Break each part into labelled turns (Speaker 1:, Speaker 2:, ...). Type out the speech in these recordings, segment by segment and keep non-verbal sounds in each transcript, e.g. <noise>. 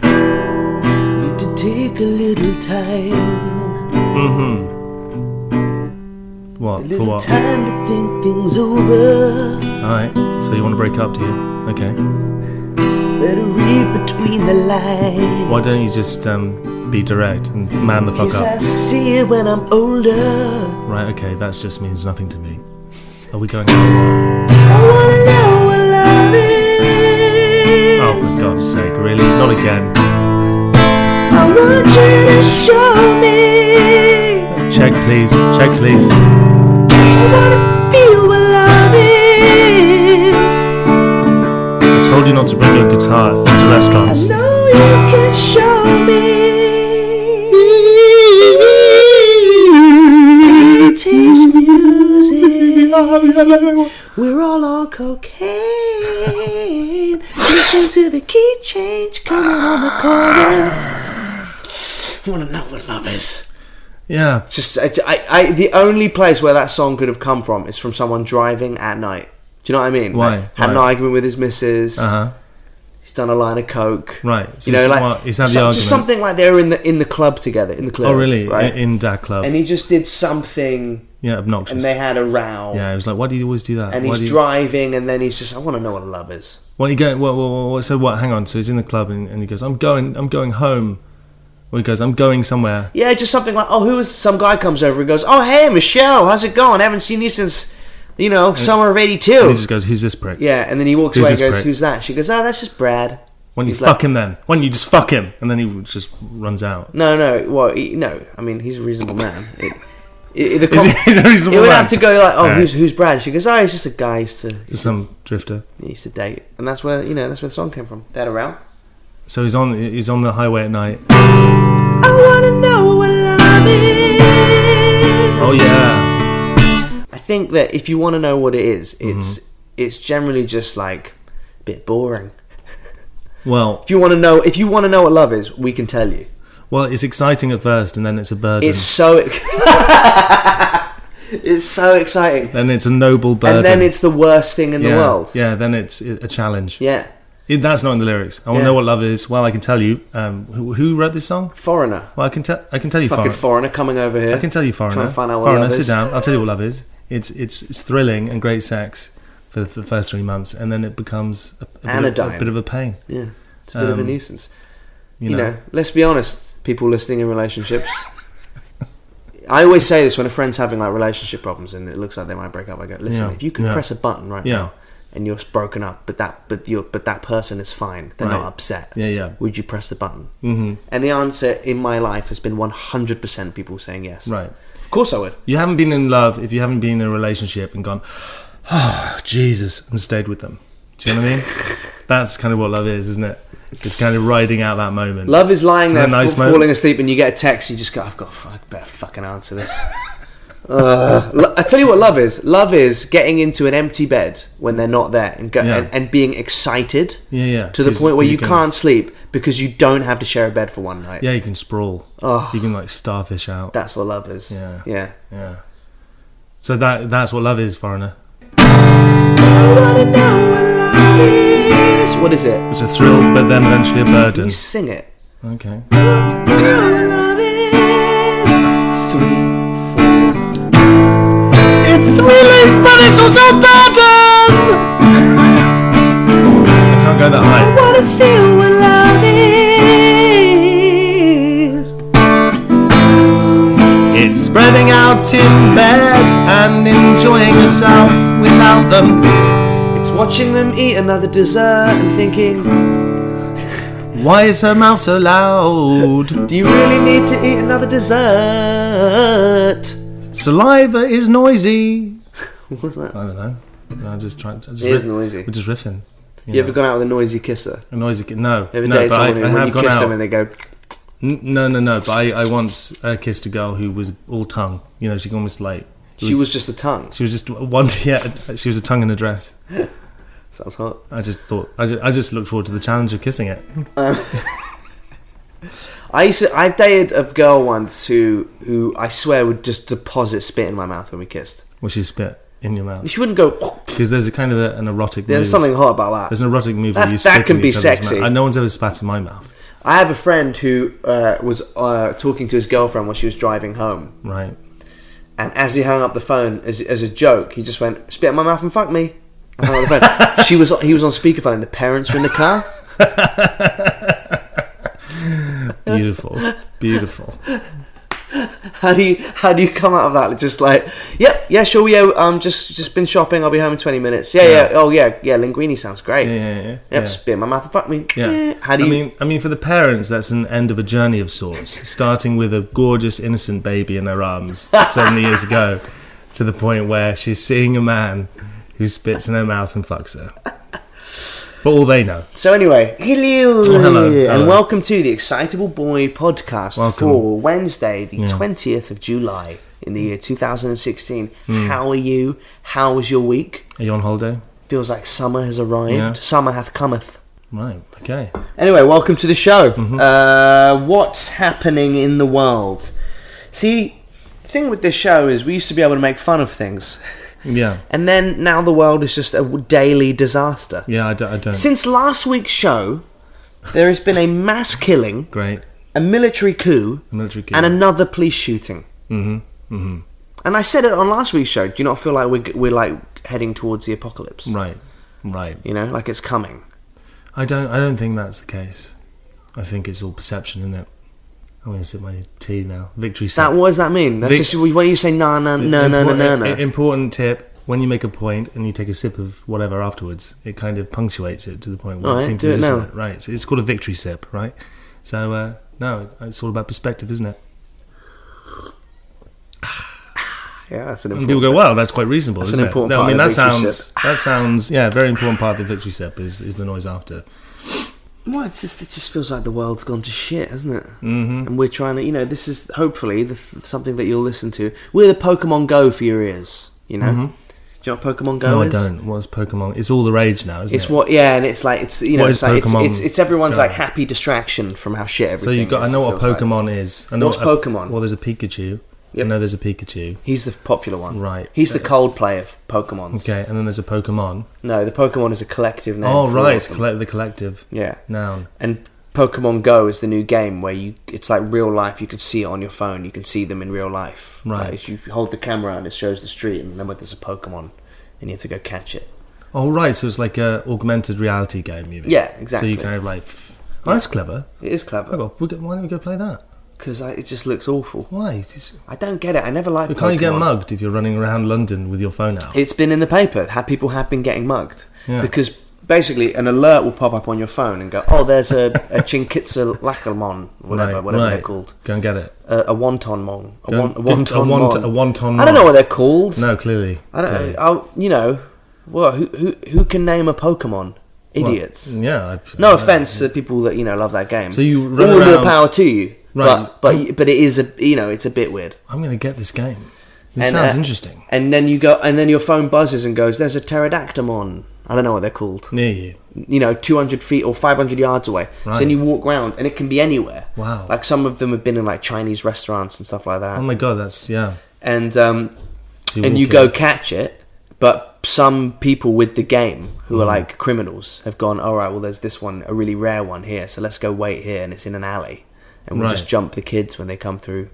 Speaker 1: Need to take a little time,
Speaker 2: Mm-hmm.
Speaker 1: a
Speaker 2: What? For
Speaker 1: little
Speaker 2: what?
Speaker 1: time to think things over.
Speaker 2: Alright. So you want to break up, do you? Okay.
Speaker 1: Better read between the lines.
Speaker 2: Why don't you just um, be direct and man the fuck
Speaker 1: Guess I
Speaker 2: up?
Speaker 1: see it when I'm older.
Speaker 2: Right, okay, that just means nothing to me. Are we going Oh, out?
Speaker 1: I wanna know what love is.
Speaker 2: Oh, for God's sake, really? Not again.
Speaker 1: I want you to show me.
Speaker 2: Check, please. Check, please.
Speaker 1: I wanna feel what love is.
Speaker 2: I told you not to bring your guitar to
Speaker 1: I
Speaker 2: restaurants.
Speaker 1: know you can show me. Eighties music. We're all on cocaine. Listen to the key change coming on the corner.
Speaker 3: I want to know what love is.
Speaker 2: Yeah.
Speaker 3: Just, I, I, I, the only place where that song could have come from is from someone driving at night. Do you know what I mean?
Speaker 2: Why?
Speaker 3: Like, had an
Speaker 2: Why?
Speaker 3: argument with his missus.
Speaker 1: Uh-huh.
Speaker 2: Uh huh.
Speaker 3: He's done a line of coke.
Speaker 2: Right, so
Speaker 3: you know,
Speaker 2: it's
Speaker 3: like
Speaker 2: what- is that the
Speaker 3: just
Speaker 2: argument?
Speaker 3: something like they were in the in the club together in the club.
Speaker 2: Oh, really?
Speaker 3: Right.
Speaker 2: In, in that club?
Speaker 3: and he just did something,
Speaker 2: yeah, obnoxious.
Speaker 3: and they had a row.
Speaker 2: yeah, it was like, why do you always do that?
Speaker 3: And
Speaker 2: why do
Speaker 3: he's
Speaker 2: you-
Speaker 3: driving, and then he's just, I want to know what love is.
Speaker 2: Well, he go. Well, well, well, well, so what? Hang on. So he's in the club and, and he goes, "I'm going. I'm going home." Or he goes, "I'm going somewhere."
Speaker 3: Yeah, just something like, oh, who is some guy comes over and goes, oh, hey, Michelle, how's it going? haven't seen you since, you know, summer of
Speaker 2: And he
Speaker 3: '82.
Speaker 2: just goes, "Who's this prick?"
Speaker 3: Yeah, and then he walks
Speaker 2: Who's
Speaker 3: away and
Speaker 2: this
Speaker 3: goes,
Speaker 2: prick?
Speaker 3: who's that? She goes, oh, that's just Brad.
Speaker 2: Why don't you
Speaker 3: He's
Speaker 2: fuck
Speaker 3: like-
Speaker 2: him then? Why don't you just fuck him? And then he just runs out.
Speaker 3: No, no, well, he, no. I mean, he's a reasonable man. It, it, the
Speaker 2: <laughs> Is he- he's a reasonable
Speaker 3: it would
Speaker 2: man?
Speaker 3: have to go like, oh,
Speaker 2: Alright.
Speaker 3: who's who's Brad? She goes, oh, he's just a guy. He's to
Speaker 2: Just some drifter.
Speaker 3: he used to date, and that's where you know that's where the song came from. That around.
Speaker 2: So he's on. He's on the highway at night.
Speaker 1: I wanna know what love is.
Speaker 2: Oh yeah.
Speaker 3: I think that if you want to know what it is, it's
Speaker 2: Mm-hmm.
Speaker 3: it's generally just like a bit boring.
Speaker 2: Well,
Speaker 3: If you want to know, if you want to know what love is, we can tell you.
Speaker 2: well, it's exciting at first, and then it's a burden.
Speaker 3: It's so <laughs> it's so exciting,
Speaker 2: then it's a noble burden.
Speaker 3: and then it's the worst thing in
Speaker 2: yeah,
Speaker 3: the world.
Speaker 2: Yeah. Then it's a challenge.
Speaker 3: yeah.
Speaker 2: It, that's not in the lyrics. I want to
Speaker 3: Yeah.
Speaker 2: know what love is. Well, I can tell you. Um, who, who wrote this song?
Speaker 3: Foreigner,
Speaker 2: Well, I can tell. I can tell you.
Speaker 3: fucking
Speaker 2: Farah.
Speaker 3: foreigner coming over here.
Speaker 2: I can tell you, foreigner.
Speaker 3: Trying to find out what
Speaker 2: foreigner,
Speaker 3: love
Speaker 2: sit
Speaker 3: is.
Speaker 2: down. I'll tell you what love is. It's it's it's thrilling and great sex for the the first three months, and then it becomes a, a bit of-
Speaker 3: Anodyne.
Speaker 2: a bit of a pain.
Speaker 3: Yeah, it's a bit of a
Speaker 2: Um,
Speaker 3: nuisance.
Speaker 2: You,
Speaker 3: you
Speaker 2: know.
Speaker 3: know, let's be honest, people listening in relationships. I always say this when a friend's having like relationship problems and it looks like they might break up. I go, listen,
Speaker 2: Yeah.
Speaker 3: if you could
Speaker 2: Yeah.
Speaker 3: press a button right
Speaker 2: Yeah.
Speaker 3: now and you're broken up, but that but you are but that person is fine, they're not
Speaker 2: Right.
Speaker 3: upset.
Speaker 2: Yeah, yeah.
Speaker 3: Would you press the button?
Speaker 2: Mhm.
Speaker 3: And the answer in my life has been 100% people saying yes.
Speaker 2: Right.
Speaker 3: Of course I would.
Speaker 2: You haven't been in love if you haven't been in a relationship and gone, oh Jesus, and stayed with them. Do you know what I mean?
Speaker 3: <laughs>
Speaker 2: That's kind of what love is, isn't it? It's kind of riding out that moment.
Speaker 3: Love is lying
Speaker 2: Isn't
Speaker 3: there,
Speaker 2: that nice
Speaker 3: fa-
Speaker 2: moments?
Speaker 3: falling asleep, and you get a text. You just go, "I've got, I better fucking answer this." <laughs> uh, lo- I tell you what, love is. Love is getting into an empty bed when they're not there, and go,
Speaker 2: Yeah.
Speaker 3: and, and being excited
Speaker 2: Yeah, yeah.
Speaker 3: to the
Speaker 2: 'Cause-
Speaker 3: point where
Speaker 2: 'cause
Speaker 3: you
Speaker 2: can-
Speaker 3: can't sleep because you don't have to share a bed for one night.
Speaker 2: Yeah, you can sprawl.
Speaker 3: Oh.
Speaker 2: You can like starfish out.
Speaker 3: That's what love is.
Speaker 2: Yeah.
Speaker 3: yeah.
Speaker 2: yeah. So that that's what love is, foreigner.
Speaker 1: I wanna know what love is.
Speaker 3: It's- What is it?
Speaker 2: It's a thrill, but then eventually a burden.
Speaker 3: You sing it.
Speaker 2: Okay.
Speaker 1: I wanna know what love is.
Speaker 2: It's thrilling, but it's also a burden. I can't go
Speaker 1: I
Speaker 2: that high.
Speaker 1: wanna feel what love is.
Speaker 2: It's spreading out in bed and enjoying yourself without them.
Speaker 3: It's watching them eat another dessert and thinking,
Speaker 2: Why is her mouth so loud?
Speaker 3: "Do you really need to eat another dessert?"
Speaker 2: Saliva is noisy.
Speaker 3: What was that?
Speaker 2: I don't know. No, I'm just trying. I'm just
Speaker 3: It is noisy.
Speaker 2: We're just riffing.
Speaker 3: You ever gone out with a noisy kisser?
Speaker 2: A noisy kid? No,
Speaker 3: Ever
Speaker 2: no.
Speaker 3: dated
Speaker 2: But I,
Speaker 3: someone who,
Speaker 2: I
Speaker 3: when
Speaker 2: have
Speaker 3: you
Speaker 2: gone
Speaker 3: kiss them
Speaker 2: out.
Speaker 3: and they go,
Speaker 2: N- No, no, no. But I, I once uh, kissed a girl who was all tongue. You know, she almost like it
Speaker 3: she was just the tongue.
Speaker 2: she was just one. <laughs> Yeah, she was a tongue in a dress.
Speaker 3: Sounds hot.
Speaker 2: I just thought I just, I just looked forward to the challenge of kissing it.
Speaker 3: I used to, I dated a girl once who who I swear would just deposit spit in my mouth when we kissed.
Speaker 2: Well, she spit in your mouth
Speaker 3: She wouldn't go.
Speaker 2: because there's a kind of a, an erotic.
Speaker 3: There's
Speaker 2: move.
Speaker 3: something hot about
Speaker 2: There's
Speaker 3: that.
Speaker 2: an erotic move where
Speaker 3: That's-
Speaker 2: you
Speaker 3: that
Speaker 2: spit
Speaker 3: can
Speaker 2: in
Speaker 3: be
Speaker 2: each other's mouth.
Speaker 3: sexy.
Speaker 2: Uh, No one's ever spat in my mouth,
Speaker 3: I have a friend who uh, was uh, talking to his girlfriend while she was driving home,
Speaker 2: right?
Speaker 3: and as he hung up the phone as, as a joke, he just went spit in my mouth and fuck me. And hung up the
Speaker 2: <laughs>
Speaker 3: phone. she was he was on speakerphone. The parents were in the car.
Speaker 2: Beautiful,
Speaker 3: <laughs>
Speaker 2: beautiful.
Speaker 3: How do you how do you come out of that? Just like yep, yeah, sure, yeah. Um, just just been shopping. I'll be home in twenty minutes. Yeah, yeah. Oh yeah, yeah. Linguini sounds great.
Speaker 2: Yeah, yeah, yeah.
Speaker 3: Yep,
Speaker 2: yeah.
Speaker 3: spit in my mouth and fuck me.
Speaker 2: Yeah.
Speaker 3: How do you?
Speaker 2: I mean, I mean, for the parents, that's an end of a journey of sorts, starting with a gorgeous, innocent baby in
Speaker 3: <laughs>
Speaker 2: their arms so many years ago, to the point where she's seeing a man who spits in her mouth and fucks her. But all they know.
Speaker 3: So anyway, hello,
Speaker 2: Oh, hello,
Speaker 3: and
Speaker 2: hello.
Speaker 3: welcome to the Excitable Boy podcast
Speaker 2: Welcome.
Speaker 3: for Wednesday, the
Speaker 2: Yeah.
Speaker 3: twentieth of July in the year two thousand and sixteen.
Speaker 2: Mm.
Speaker 3: How are you? How was your week?
Speaker 2: Are you on holiday?
Speaker 3: Feels like summer has arrived.
Speaker 2: Yeah.
Speaker 3: Summer hath cometh.
Speaker 2: Right. Okay.
Speaker 3: Anyway, welcome to the show.
Speaker 2: Mm-hmm.
Speaker 3: Uh, what's happening in the world? See, the thing with this show is we used to be able to make fun of things,
Speaker 2: Yeah.
Speaker 3: and then now the world is just a daily disaster.
Speaker 2: Yeah. I, d- I don't.
Speaker 3: Since last week's show, there has been a mass killing.
Speaker 2: Great.
Speaker 3: a military coup,
Speaker 2: A military coup.
Speaker 3: and another police shooting. Mm-hmm. Mm-hmm. And I said it on last week's show. Do you not feel like we're we're like heading towards the apocalypse?
Speaker 2: Right. Right.
Speaker 3: You know, like it's coming.
Speaker 2: I don't. I don't think that's the case. I think it's all perception, isn't it? I'm gonna sip my tea now. Victory.
Speaker 3: That
Speaker 2: sip.
Speaker 3: what does that mean? That's
Speaker 2: Vic-
Speaker 3: just when you say na na na na na na
Speaker 2: Important- i-
Speaker 3: na.
Speaker 2: Important tip: when you make a point and you take a sip of whatever afterwards, it kind of punctuates it to the point where
Speaker 3: All
Speaker 2: it
Speaker 3: right,
Speaker 2: seems
Speaker 3: do
Speaker 2: to
Speaker 3: it
Speaker 2: be
Speaker 3: now.
Speaker 2: right. So it's called a victory sip, right? So uh, no, it's all about perspective, isn't it?
Speaker 3: Yeah, that's an
Speaker 2: And people
Speaker 3: important.
Speaker 2: go, "Wow, that's quite reasonable."
Speaker 3: That's an
Speaker 2: isn't it?
Speaker 3: important
Speaker 2: no,
Speaker 3: part
Speaker 2: I mean,
Speaker 3: of
Speaker 2: that
Speaker 3: the victory
Speaker 2: sounds that sounds yeah, very important part of the victory sip is is the noise after.
Speaker 3: Well, it's just it just feels like the world's gone to shit, hasn't it? Mm-hmm. And we're trying to, you know, this is hopefully the, something that you'll listen to. We're the Pokemon Go for your ears. You know, do you know what Pokemon Go
Speaker 2: Mm-hmm. No, I
Speaker 3: is?
Speaker 2: don't. What's Pokemon? It's all the rage now, isn't
Speaker 3: It's
Speaker 2: it?
Speaker 3: what, yeah, and it's like it's you know,
Speaker 2: What
Speaker 3: it's
Speaker 2: is
Speaker 3: like it's,
Speaker 2: Pokemon
Speaker 3: it's, it's everyone's
Speaker 2: Go?
Speaker 3: like happy distraction from how shit
Speaker 2: so
Speaker 3: everything.
Speaker 2: you got. I
Speaker 3: is,
Speaker 2: know
Speaker 3: it
Speaker 2: what
Speaker 3: feels like.
Speaker 2: Pokemon is. I know
Speaker 3: What's
Speaker 2: what a-
Speaker 3: Pokemon?
Speaker 2: Well, there's a Pikachu.
Speaker 3: Yep.
Speaker 2: I know there's a Pikachu.
Speaker 3: He's the popular one,
Speaker 2: Right.
Speaker 3: He's the Coldplay of Pokemons.
Speaker 2: Okay, and then there's a Pokemon.
Speaker 3: No, the Pokemon is a collective name.
Speaker 2: oh
Speaker 3: for all
Speaker 2: right,
Speaker 3: of them.
Speaker 2: collect the collective
Speaker 3: yeah,
Speaker 2: noun.
Speaker 3: and Pokemon Go is the new game where you it's like real life. You can see it on your phone. You can see them in real life.
Speaker 2: Right.
Speaker 3: Like, you hold the camera and it shows the street, and then when there's a Pokemon, and you have to go catch it.
Speaker 2: Oh right, so it's like a augmented reality game. You mean?
Speaker 3: Yeah,
Speaker 2: So
Speaker 3: exactly.
Speaker 2: you kind of like, pff, oh, that's clever.
Speaker 3: It is
Speaker 2: Oh,
Speaker 3: clever
Speaker 2: well, we go- why don't we go play that?
Speaker 3: because it just looks awful.
Speaker 2: Why? It's just-
Speaker 3: I don't get it. I never liked.
Speaker 2: But can't you get
Speaker 3: Pokemon.
Speaker 2: mugged if you're running around London with your phone out?
Speaker 3: it's been in the paper. How people have been getting mugged
Speaker 2: Yeah.
Speaker 3: because basically an alert will pop up on your phone and go, "Oh, there's a, a
Speaker 2: <laughs>
Speaker 3: Chinkitza Lakalmon, whatever,
Speaker 2: Right,
Speaker 3: whatever they're
Speaker 2: right.
Speaker 3: called,
Speaker 2: Go and get it.
Speaker 3: a, a wonton mon, a,
Speaker 2: Go
Speaker 3: won,
Speaker 2: and
Speaker 3: a
Speaker 2: get-
Speaker 3: wonton mon.
Speaker 2: a wonton. A wonton.
Speaker 3: I don't know
Speaker 2: mon.
Speaker 3: what they're called.
Speaker 2: No, clearly.
Speaker 3: I don't.
Speaker 2: clearly.
Speaker 3: know. I'll, you know, well, who who who can name a Pokemon?
Speaker 2: Well,
Speaker 3: Idiots.
Speaker 2: yeah. I,
Speaker 3: No offense to people that you know love that game.
Speaker 2: So you
Speaker 3: all
Speaker 2: run
Speaker 3: the more
Speaker 2: around-
Speaker 3: power to you.
Speaker 2: Right.
Speaker 3: But but but it is a you know it's a bit weird.
Speaker 2: I'm going to get this game. This
Speaker 3: And,
Speaker 2: sounds
Speaker 3: uh,
Speaker 2: interesting.
Speaker 3: And then you go and then your phone buzzes and goes, "There's a pterodactylmon." I don't know what they're called.
Speaker 2: Near you.
Speaker 3: you know, 200 feet or 500 yards away. So then
Speaker 2: Right.
Speaker 3: you walk round, and it can be anywhere.
Speaker 2: Wow.
Speaker 3: Like some of them have been in like Chinese restaurants and stuff like that.
Speaker 2: Oh my god, that's yeah.
Speaker 3: and um,
Speaker 2: So
Speaker 3: and
Speaker 2: walk
Speaker 3: you
Speaker 2: in.
Speaker 3: go catch it, but some people with the game who
Speaker 2: Hmm.
Speaker 3: are like criminals have gone, all right, well, there's this one, a really rare one here, so let's go wait here, and it's in an alley. And we'll
Speaker 2: Right.
Speaker 3: just jump the kids when they come through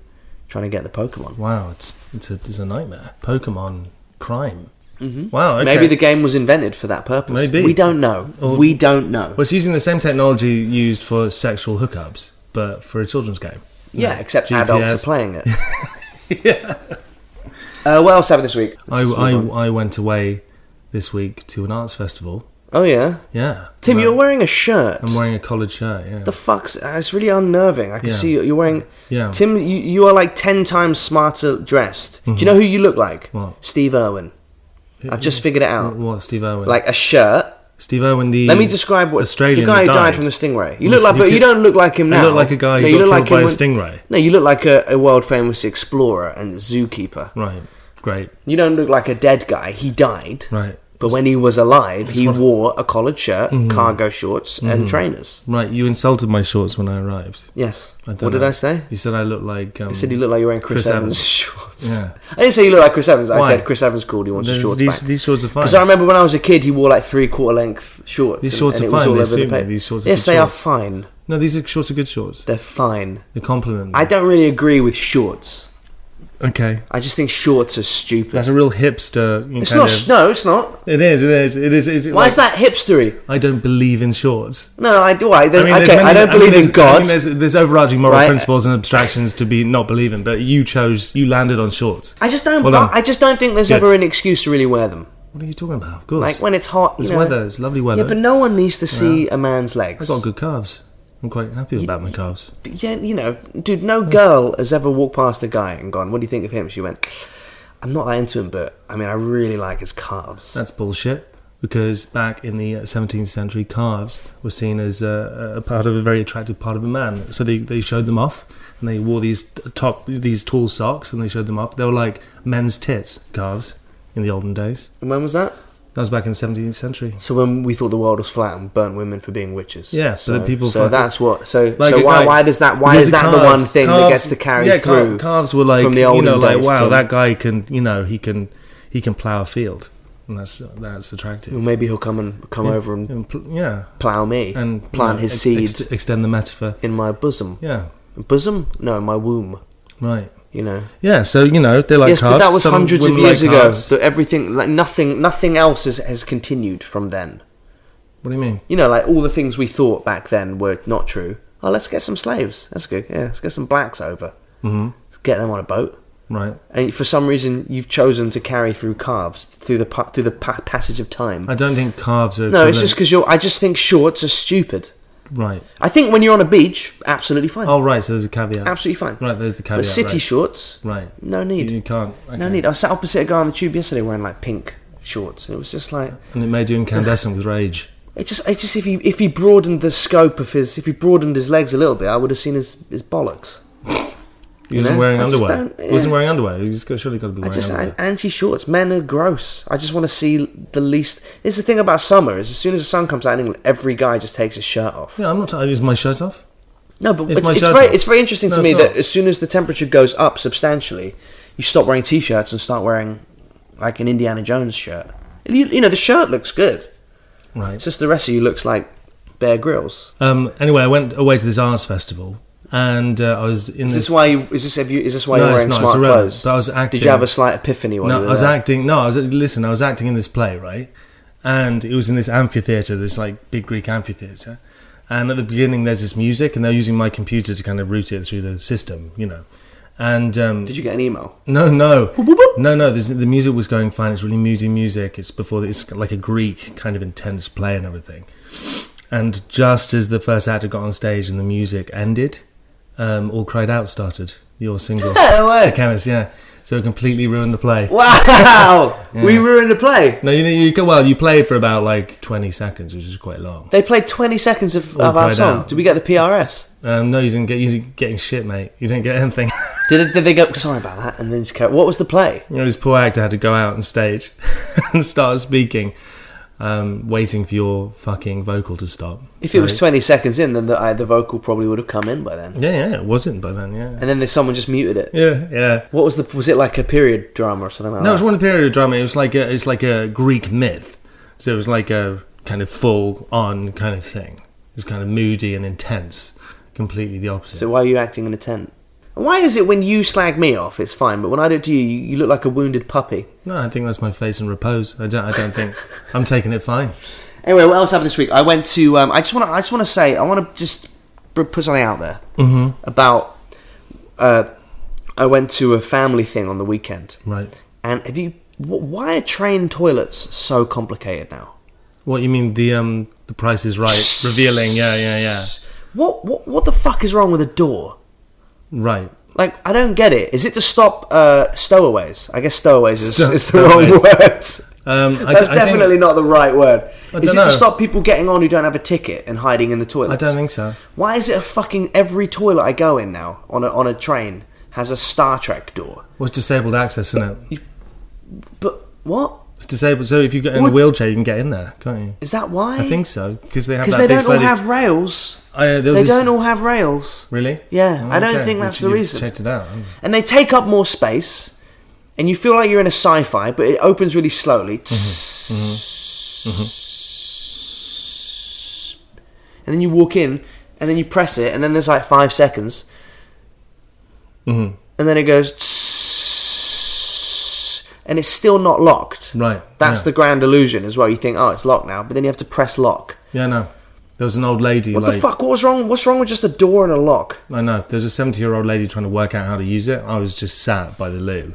Speaker 3: trying to get the Pokemon.
Speaker 2: Wow, it's it's a it's a nightmare. Pokemon crime. Mm-hmm. Wow. Okay.
Speaker 3: Maybe the game was invented for that purpose.
Speaker 2: Maybe.
Speaker 3: We don't know.
Speaker 2: Or-
Speaker 3: we don't know.
Speaker 2: Well, it's using the same technology used for sexual hookups, but for a children's game.
Speaker 3: Yeah,
Speaker 2: Like
Speaker 3: except
Speaker 2: GPS.
Speaker 3: adults are playing
Speaker 2: <laughs>
Speaker 3: it. Uh, what else happened this week?
Speaker 2: I,
Speaker 3: Let's
Speaker 2: I,
Speaker 3: move on.
Speaker 2: I went away this week to an arts festival.
Speaker 3: oh yeah,
Speaker 2: Yeah.
Speaker 3: Tim,
Speaker 2: No,
Speaker 3: you're wearing a shirt.
Speaker 2: I'm wearing a collared shirt, yeah.
Speaker 3: the fuck's? Uh, it's really unnerving. I can
Speaker 2: Yeah.
Speaker 3: see you- you're wearing.
Speaker 2: Yeah.
Speaker 3: Tim, you, you are like ten times smarter dressed. Do you know who you look like?
Speaker 2: Mm-hmm. What? Mm-hmm.
Speaker 3: Steve Irwin. I've just figured it out.
Speaker 2: What, Steve Irwin?
Speaker 3: Like a shirt,
Speaker 2: Steve Irwin, the
Speaker 3: Let me describe what
Speaker 2: Australian
Speaker 3: the guy who
Speaker 2: died.
Speaker 3: died, from the stingray. You
Speaker 2: Was-
Speaker 3: look like,
Speaker 2: you
Speaker 3: but you
Speaker 2: could-
Speaker 3: don't look like him
Speaker 2: I
Speaker 3: now.
Speaker 2: look like a guy who
Speaker 3: you
Speaker 2: got
Speaker 3: look
Speaker 2: killed by
Speaker 3: him
Speaker 2: a
Speaker 3: when-
Speaker 2: stingray.
Speaker 3: No, you look like a, a world famous explorer and zookeeper.
Speaker 2: Right, great,
Speaker 3: You don't look like a dead guy. He died,
Speaker 2: right.
Speaker 3: but when he was alive, he
Speaker 2: what Mm-hmm. I-
Speaker 3: wore a collared shirt, cargo shorts, and trainers.
Speaker 2: Right, you insulted my shorts when I arrived.
Speaker 3: Yes.
Speaker 2: I don't
Speaker 3: what did
Speaker 2: know.
Speaker 3: I say?
Speaker 2: You said I look like. Um,
Speaker 3: I said you look like you're wearing Chris,
Speaker 2: Chris
Speaker 3: Evans,
Speaker 2: Evans.
Speaker 3: shorts.
Speaker 2: Yeah.
Speaker 3: I didn't say you look like Chris Evans. I
Speaker 2: Why?
Speaker 3: said Chris Evans cool. He wants his
Speaker 2: These-
Speaker 3: shorts
Speaker 2: these,
Speaker 3: back.
Speaker 2: these shorts are fine.
Speaker 3: Because I remember when I was a kid, he wore like three quarter length shorts.
Speaker 2: These
Speaker 3: and-
Speaker 2: shorts
Speaker 3: and
Speaker 2: are
Speaker 3: it was
Speaker 2: fine,
Speaker 3: all
Speaker 2: they
Speaker 3: over the
Speaker 2: suit me,
Speaker 3: paper.
Speaker 2: these shorts are
Speaker 3: yes,
Speaker 2: good
Speaker 3: they are
Speaker 2: shorts.
Speaker 3: fine.
Speaker 2: no, these are shorts are good shorts.
Speaker 3: They're fine.
Speaker 2: They compliment.
Speaker 3: I don't really agree with shorts.
Speaker 2: Okay,
Speaker 3: I just think shorts are stupid.
Speaker 2: that's a real hipster. you know,
Speaker 3: it's
Speaker 2: kind
Speaker 3: not.
Speaker 2: of-
Speaker 3: sh No, it's not.
Speaker 2: It is. It is. It is. It is
Speaker 3: Why is that hipstery?
Speaker 2: I don't believe in shorts.
Speaker 3: No, I do. I,
Speaker 2: I mean, there's
Speaker 3: okay,
Speaker 2: many-
Speaker 3: I don't
Speaker 2: mean,
Speaker 3: believe
Speaker 2: there's-
Speaker 3: in God.
Speaker 2: I mean, there's, there's overarching moral
Speaker 3: Right.
Speaker 2: principles and abstractions to be not believing, but you chose, you landed on shorts.
Speaker 3: I just don't.
Speaker 2: Well done.
Speaker 3: I just don't think there's
Speaker 2: Good.
Speaker 3: ever an excuse to really wear them.
Speaker 2: What are you talking about? Of course.
Speaker 3: Like when it's hot, you
Speaker 2: it's
Speaker 3: know.
Speaker 2: weather, it's lovely weather.
Speaker 3: Yeah, but no one needs to see a man's legs.
Speaker 2: I got good calves. I'm quite happy about my calves.
Speaker 3: yeah, you know, dude, no girl has ever walked past a guy and gone, "What do you think of him?" She went, "I'm not that into him, but I mean, I really like his calves."
Speaker 2: That's bullshit. Because back in the uh, 17th century, calves were seen as uh, a part of a very attractive part of a man. So they, they showed them off, and they wore these t- top these tall socks, and they showed them off. They were like men's tits, calves, in the olden days.
Speaker 3: and when was that?
Speaker 2: That was back in the 17th century.
Speaker 3: So when we thought the world was flat and burnt women for being witches.
Speaker 2: Yeah, so the people
Speaker 3: So
Speaker 2: fucking-
Speaker 3: that's what. So
Speaker 2: Like
Speaker 3: so
Speaker 2: a
Speaker 3: why
Speaker 2: guy-
Speaker 3: why does that why
Speaker 2: because
Speaker 3: is that the
Speaker 2: calves-
Speaker 3: one thing that
Speaker 2: calves-
Speaker 3: gets to carry
Speaker 2: yeah, cal-
Speaker 3: through?
Speaker 2: Calves were like
Speaker 3: from the
Speaker 2: you know,
Speaker 3: olden
Speaker 2: like
Speaker 3: days
Speaker 2: wow,
Speaker 3: till-
Speaker 2: that guy can you know he can he can plow a field, and that's that's attractive.
Speaker 3: Well, maybe he'll come and come over and
Speaker 2: And pl- yeah,
Speaker 3: plow me
Speaker 2: and you
Speaker 3: plant
Speaker 2: know,
Speaker 3: his
Speaker 2: ex-
Speaker 3: seed
Speaker 2: ex- extend the metaphor.
Speaker 3: in my bosom.
Speaker 2: Yeah,
Speaker 3: Bosom? No, my womb.
Speaker 2: right.
Speaker 3: You know.
Speaker 2: Yeah, so you know they like
Speaker 3: yes,
Speaker 2: calves.
Speaker 3: but that was
Speaker 2: Some
Speaker 3: hundreds of
Speaker 2: women
Speaker 3: years
Speaker 2: like
Speaker 3: ago.
Speaker 2: calves.
Speaker 3: So everything, like nothing, nothing else has, has continued from then.
Speaker 2: What do you mean?
Speaker 3: You know, like all the things we thought back then were not true. Oh, let's get some slaves. That's good. Yeah, let's get some blacks over. Mm-hmm. Get them on a boat.
Speaker 2: Right.
Speaker 3: And for some reason, you've chosen to carry through calves through the pa- through the pa- passage of time.
Speaker 2: I don't think calves are.
Speaker 3: no, it's
Speaker 2: equivalent-
Speaker 3: just because you're. I just think shorts are stupid.
Speaker 2: right.
Speaker 3: I think when you're on a beach, absolutely fine.
Speaker 2: Oh, right. So there's a caveat.
Speaker 3: absolutely fine.
Speaker 2: Right. There's the caveat.
Speaker 3: but city
Speaker 2: right.
Speaker 3: shorts,
Speaker 2: Right.
Speaker 3: no
Speaker 2: You,
Speaker 3: need.
Speaker 2: you can't. Okay.
Speaker 3: No need. I sat opposite a guy on the tube yesterday wearing like pink shorts, and it was just like
Speaker 2: And it made you incandescent with rage.
Speaker 3: it just it just if he if he broadened the scope of his if he broadened his legs a little bit, I would have seen his his bollocks.
Speaker 2: He wasn't
Speaker 3: know,
Speaker 2: wearing
Speaker 3: I just
Speaker 2: underwear.
Speaker 3: don't-
Speaker 2: He wasn't
Speaker 3: yeah.
Speaker 2: wearing underwear. He just got, surely got to be
Speaker 3: I
Speaker 2: wearing
Speaker 3: just
Speaker 2: underwear.
Speaker 3: anti shorts. Men are gross. I just want to see the least. It's the thing about summer is as soon as the sun comes out in England, every guy just takes his shirt off.
Speaker 2: yeah, I'm not. Is my shirt off?
Speaker 3: No, but
Speaker 2: It's
Speaker 3: it's,
Speaker 2: my
Speaker 3: it's
Speaker 2: shirt
Speaker 3: very
Speaker 2: off.
Speaker 3: it's very interesting
Speaker 2: No,
Speaker 3: to me
Speaker 2: it's
Speaker 3: that
Speaker 2: not.
Speaker 3: as soon as the temperature goes up substantially, you stop wearing t shirts and start wearing like an Indiana Jones shirt. You, you know the shirt looks good.
Speaker 2: Right.
Speaker 3: It's just the rest of you looks like Bear Grylls.
Speaker 2: Um, anyway, I went away to this arts festival, and uh, I was in
Speaker 3: Is
Speaker 2: this.
Speaker 3: this why you is this have you is this why
Speaker 2: No,
Speaker 3: you're
Speaker 2: it's
Speaker 3: wearing
Speaker 2: not, it's
Speaker 3: smart
Speaker 2: irrelevant,
Speaker 3: clothes?
Speaker 2: but I was acting-
Speaker 3: Did you have a slight epiphany when you
Speaker 2: no,
Speaker 3: were
Speaker 2: I was
Speaker 3: there?
Speaker 2: acting. No, I was listen. I was acting in this play, right? And it was in this amphitheater, this like big Greek amphitheater. And at the beginning, there's this music, and they're using my computer to kind of route it through the system, you know. And um,
Speaker 3: Did you get an
Speaker 2: <laughs>
Speaker 3: email?
Speaker 2: no, no,
Speaker 3: <laughs> boop, boop.
Speaker 2: no, no. This, the music was going fine. It's really moody music. It's before it's like a Greek kind of intense play and everything. And just as the first actor got on stage and the music ended, um, all cried out started. Your single,
Speaker 3: No way.
Speaker 2: the chemist, yeah. So it completely ruined the play.
Speaker 3: Wow! We ruined the play.
Speaker 2: No, you you go well. You played for about like twenty seconds, which is quite long.
Speaker 3: They played 20 seconds of,
Speaker 2: All
Speaker 3: of our
Speaker 2: cried
Speaker 3: song.
Speaker 2: out.
Speaker 3: Did we get the PRS?
Speaker 2: Um, no, you didn't get you getting shit, mate. You didn't get anything. <laughs>
Speaker 3: Did, did they go, sorry about that, and then just carry What was the play?
Speaker 2: you know, this poor actor had to go out on stage <laughs> and start speaking, um, waiting for your fucking vocal to stop.
Speaker 3: If it was
Speaker 2: Right?
Speaker 3: 20 seconds in, then the, I, the vocal probably would have come in by then.
Speaker 2: yeah, yeah, it wasn't by then, yeah,
Speaker 3: And then there's someone just muted it.
Speaker 2: yeah, yeah.
Speaker 3: What was the, was it like a period drama or something like
Speaker 2: No, it was
Speaker 3: that?
Speaker 2: one period of drama. It was like a, it's like a Greek myth, so it was like a kind of full on kind of thing. It was kind of moody and intense, completely the opposite.
Speaker 3: So why are you acting in a tent? And Why is it when you slag me off, it's fine, but when I do it to you, you, you look like a wounded puppy?
Speaker 2: no, I think that's my face in repose. I don't, I don't think I'm taking it fine.
Speaker 3: Anyway, what else happened this week? I went to. Um, I just want to. I just want to say. I want to just pr- put something out there
Speaker 2: Mm-hmm.
Speaker 3: about. Uh, I went to a family thing on the weekend,
Speaker 2: Right.
Speaker 3: and have you? wh- Why are train toilets so complicated now?
Speaker 2: What you mean the um the price is right revealing yeah yeah yeah
Speaker 3: What what what the fuck is wrong with a door?
Speaker 2: right
Speaker 3: Like I don't get it. Is it to stop uh, stowaways? I guess stowaways is,
Speaker 2: Sto-
Speaker 3: is the wrong
Speaker 2: stowaways.
Speaker 3: word.
Speaker 2: um I,
Speaker 3: That's
Speaker 2: I think-
Speaker 3: definitely not the right word.
Speaker 2: I
Speaker 3: Is
Speaker 2: don't
Speaker 3: it
Speaker 2: know.
Speaker 3: to stop people getting on who don't have a ticket and hiding in the toilets?
Speaker 2: I don't think so.
Speaker 3: Why is it a fucking every toilet I go in now on a, on a train has a Star Trek door?
Speaker 2: What's disabled access, isn't it?
Speaker 3: But what
Speaker 2: It's disabled. So if you get in
Speaker 3: What?
Speaker 2: a wheelchair, you can get in there, can't you?
Speaker 3: is that? Why?
Speaker 2: I think so because they have
Speaker 3: because
Speaker 2: that
Speaker 3: they
Speaker 2: big
Speaker 3: don't all
Speaker 2: sliding-
Speaker 3: have rails.
Speaker 2: I, uh, there was
Speaker 3: They
Speaker 2: this-
Speaker 3: don't all have rails,
Speaker 2: really.
Speaker 3: Yeah, I don't think
Speaker 2: Well,
Speaker 3: that's
Speaker 2: you-
Speaker 3: the
Speaker 2: you
Speaker 3: reason.
Speaker 2: Checked it out. haven't you?
Speaker 3: and they take up more space. And you feel like you're in a sci-fi, but it opens really slowly.
Speaker 2: Mm-hmm. Mm-hmm.
Speaker 3: And then you walk in, and then you press it, and then there's like five seconds,
Speaker 2: Mm-hmm.
Speaker 3: and then it goes, and it's still not locked.
Speaker 2: Right,
Speaker 3: That's
Speaker 2: yeah.
Speaker 3: the grand illusion as well. You think, oh, it's locked now, but then you have to press lock.
Speaker 2: Yeah, no. There was an old lady.
Speaker 3: What
Speaker 2: like,
Speaker 3: the fuck? What was wrong? What's wrong with just a door and a lock?
Speaker 2: I know. There's a 70 year old lady trying to work out how to use it. I was just sat by the loo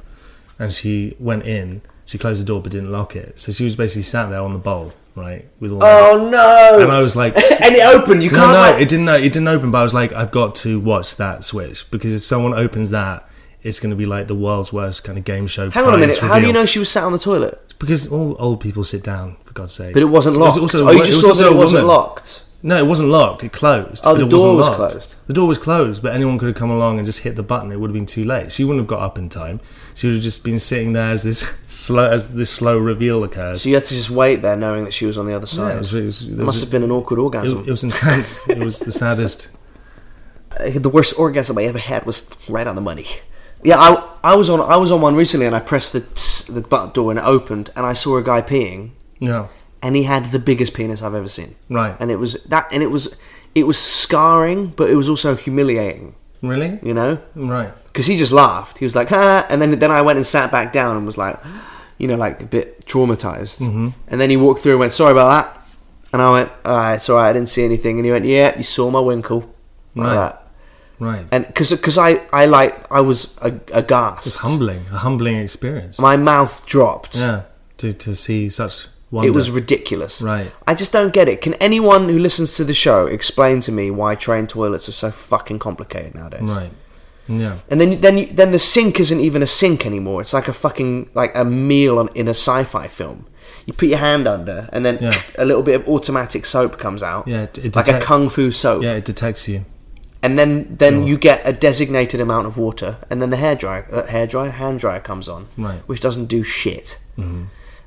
Speaker 2: and she went in. She closed the door but didn't lock it. So she was basically sat there on the bowl, right? With all
Speaker 3: Oh no!
Speaker 2: And I was like,
Speaker 3: <laughs> and it opened. You
Speaker 2: no,
Speaker 3: can't.
Speaker 2: no,
Speaker 3: like-
Speaker 2: it didn't. It didn't open. But I was like, I've got to watch that switch because if someone opens that, it's going to be like the world's worst kind of game show.
Speaker 3: Hang on a
Speaker 2: prize
Speaker 3: minute. How do you
Speaker 2: reveal.
Speaker 3: know she was sat on the toilet?
Speaker 2: Because all old people sit down, for God's sake.
Speaker 3: But it wasn't
Speaker 2: It was
Speaker 3: locked.
Speaker 2: also-
Speaker 3: oh,
Speaker 2: it
Speaker 3: you just
Speaker 2: was
Speaker 3: saw
Speaker 2: also
Speaker 3: that it
Speaker 2: a
Speaker 3: wasn't
Speaker 2: woman.
Speaker 3: locked.
Speaker 2: No, it wasn't locked. It closed.
Speaker 3: Oh,
Speaker 2: but
Speaker 3: the
Speaker 2: it
Speaker 3: door was
Speaker 2: wasn't locked.
Speaker 3: closed.
Speaker 2: The door was closed, but anyone could have come along and just hit the button. It would have been too late. She wouldn't have got up in time. She would have just been sitting there as this <laughs> slow as this slow reveal occurs.
Speaker 3: So you had to just wait there, knowing that she was on the other
Speaker 2: Yeah,
Speaker 3: side.
Speaker 2: it was, it was- it
Speaker 3: it must
Speaker 2: was-
Speaker 3: have been an awkward
Speaker 2: it
Speaker 3: orgasm.
Speaker 2: was- it was intense. It was the saddest.
Speaker 3: Uh, the worst orgasm I ever had was right on the money. Yeah, I, I was on I was on one recently, and I pressed the tss, the butt door and it opened, and I saw a guy peeing,
Speaker 2: No,
Speaker 3: and he had the biggest penis I've ever seen.
Speaker 2: Right.
Speaker 3: And it was that, and it was it was scarring, but it was also humiliating.
Speaker 2: really?
Speaker 3: You know,
Speaker 2: Right.
Speaker 3: because he just laughed. He was like, "Ha!" and then then I went and sat back down and was like, you know, like a bit traumatized.
Speaker 2: Mm-hmm.
Speaker 3: And then he walked through and went, "Sorry about that." And I went, "All right, it's all right. I didn't see anything." And he went, "Yeah, you saw my winkle." Like
Speaker 2: Right.
Speaker 3: that.
Speaker 2: Right.
Speaker 3: And because I I like I was a aghast.
Speaker 2: It's humbling. A humbling experience.
Speaker 3: My mouth dropped.
Speaker 2: Yeah. To to see such wonder.
Speaker 3: It was ridiculous.
Speaker 2: Right.
Speaker 3: I just don't get it. Can anyone who listens to the show explain to me why train toilets are so fucking complicated nowadays?
Speaker 2: right. Yeah.
Speaker 3: And then then you- then the sink isn't even a sink anymore. It's like a fucking like a meal on, in a sci-fi film. You put your hand under, and then
Speaker 2: Yeah.
Speaker 3: a little bit of automatic soap comes out.
Speaker 2: Yeah, it- it
Speaker 3: like a
Speaker 2: detect-
Speaker 3: kung fu soap.
Speaker 2: Yeah. It detects you.
Speaker 3: And then then you get a designated amount of water, and then the hair dryer, uh, hair dryer, hand dryer comes on,
Speaker 2: Right. Mm-hmm.
Speaker 3: which doesn't do shit.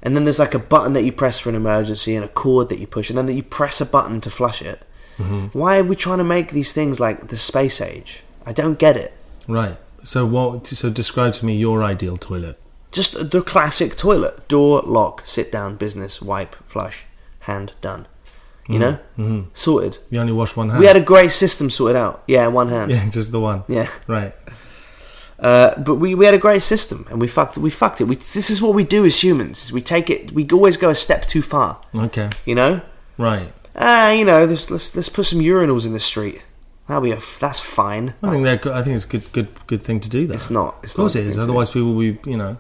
Speaker 3: And then there's like a button that you press for an emergency, and a cord that you push, and then that you press a button to flush it.
Speaker 2: Mm-hmm.
Speaker 3: Why are we trying to make these things like the space age? I don't get it.
Speaker 2: Right. So what? So describe to me your ideal toilet.
Speaker 3: Just the classic toilet door lock, sit down, business, wipe, flush, hand done. You know, mm-hmm. sorted.
Speaker 2: You only wash one hand.
Speaker 3: We had a great system sorted out. Yeah, one hand.
Speaker 2: <laughs> yeah, just the one.
Speaker 3: Yeah.
Speaker 2: Right.
Speaker 3: Uh, but we, we had a great system, and we fucked we fucked it. We, this is what we do as humans: is we take it, we always go a step too far.
Speaker 2: Okay.
Speaker 3: You know,
Speaker 2: Right.
Speaker 3: ah, you know, let's let's, let's put some urinals in the street. That'll be a, f- that's fine.
Speaker 2: I think they're. go- I think it's a good. Good. Good thing to do that.
Speaker 3: It's not. It's
Speaker 2: Of course
Speaker 3: not a
Speaker 2: it
Speaker 3: good
Speaker 2: is.
Speaker 3: thing to
Speaker 2: Otherwise, people will be you know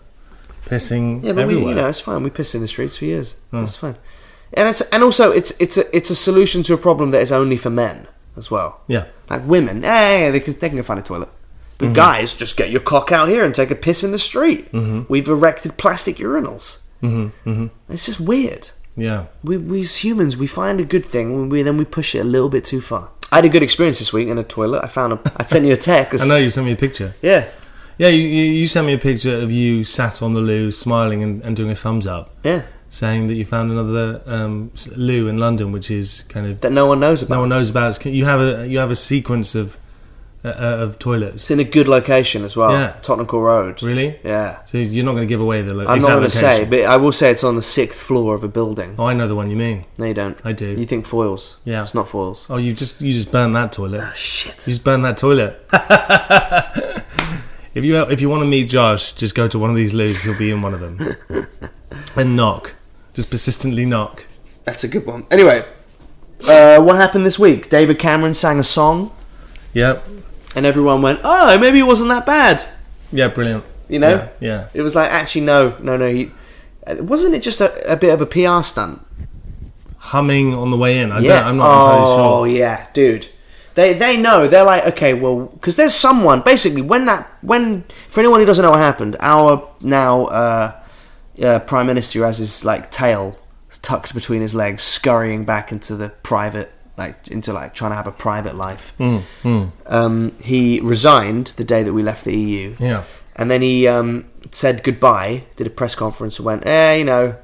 Speaker 2: pissing
Speaker 3: Yeah, but
Speaker 2: everywhere.
Speaker 3: we, you know, it's fine. We piss in the streets for years. It's fine, and it's and also it's it's a it's a solution to a problem that is only for men as well.
Speaker 2: Yeah.
Speaker 3: Like women, hey, they can they can go find a toilet. But
Speaker 2: Mm-hmm.
Speaker 3: guys, just get your cock out here and take a piss in the street. We've erected plastic urinals.
Speaker 2: Mm-hmm. Mm-hmm.
Speaker 3: It's just weird.
Speaker 2: Yeah.
Speaker 3: We, we as humans, we find a good thing, and we, then we push it a little bit too far. I had a good experience this week in a toilet. I found a. I sent you a text.
Speaker 2: <laughs> I know you sent me a picture.
Speaker 3: Yeah,
Speaker 2: Yeah, you, you, you sent me a picture of you sat on the loo, smiling and, and doing a thumbs up,
Speaker 3: yeah.
Speaker 2: saying that you found another um, s- loo in London, which is kind of
Speaker 3: That no one knows about.
Speaker 2: no one knows about. It's, you have a you have a sequence of uh, uh, of toilets.
Speaker 3: It's in a good location as well.
Speaker 2: Yeah.
Speaker 3: Tottenham Court Road.
Speaker 2: Really?
Speaker 3: Yeah.
Speaker 2: So you're not going to give away the lo-
Speaker 3: I'm not
Speaker 2: exact
Speaker 3: going to say,
Speaker 2: location.
Speaker 3: but I will say it's on the sixth floor of a building.
Speaker 2: Oh, I know the one you mean.
Speaker 3: No, you don't.
Speaker 2: I do.
Speaker 3: You think foils?
Speaker 2: Yeah.
Speaker 3: It's not foils.
Speaker 2: Oh, you just you just burned that toilet.
Speaker 3: Ah, shit.
Speaker 2: You just burned
Speaker 3: <laughs>
Speaker 2: that toilet. if you if you want to meet Josh, just go to one of these loos. He'll be in one of them,
Speaker 3: <laughs>
Speaker 2: and knock. Just persistently knock.
Speaker 3: That's a good one. Anyway, uh, what happened this week? David Cameron sang a song,
Speaker 2: Yep.
Speaker 3: and everyone went, "Oh, maybe it wasn't that bad."
Speaker 2: Yeah. Brilliant.
Speaker 3: You know?
Speaker 2: Yeah. yeah.
Speaker 3: It was like, actually, no, no, no. He, uh, wasn't it just a, a bit of a PR stunt?
Speaker 2: Humming on the way in. I don't. I'm not entirely
Speaker 3: oh,
Speaker 2: sure.
Speaker 3: yeah, dude. They they know. They're like, okay, well, because there's someone basically when that when for anyone who doesn't know what happened, our now uh, uh, prime minister who has his like tail tucked between his legs, scurrying back into the private, like into like trying to have a private life.
Speaker 2: Hmm,
Speaker 3: Um, he resigned the day that we left the E EU.
Speaker 2: Yeah.
Speaker 3: And then he um, said goodbye, did a press conference, and went, eh, you know,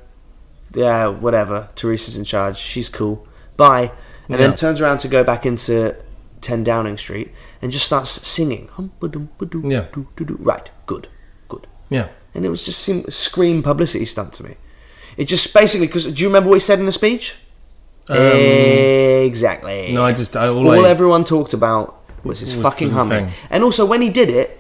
Speaker 3: yeah, whatever. Teresa's in charge. She's cool. Bye. And
Speaker 2: Yeah.
Speaker 3: then turns around to go back into 10 Downing Street and just starts singing. Hum-ba-dum-ba-doo,
Speaker 2: Yeah.
Speaker 3: doo-doo-doo. Right. Good. Good.
Speaker 2: Yeah.
Speaker 3: And it was just seem, scream publicity stunt to me. It just basically, because do you remember what he said in the speech? exactly.
Speaker 2: Um, No, I just I all,
Speaker 3: All
Speaker 2: I,
Speaker 3: everyone talked about was his
Speaker 2: Was-
Speaker 3: fucking
Speaker 2: was his
Speaker 3: humming.
Speaker 2: thing.
Speaker 3: And also, when he did it,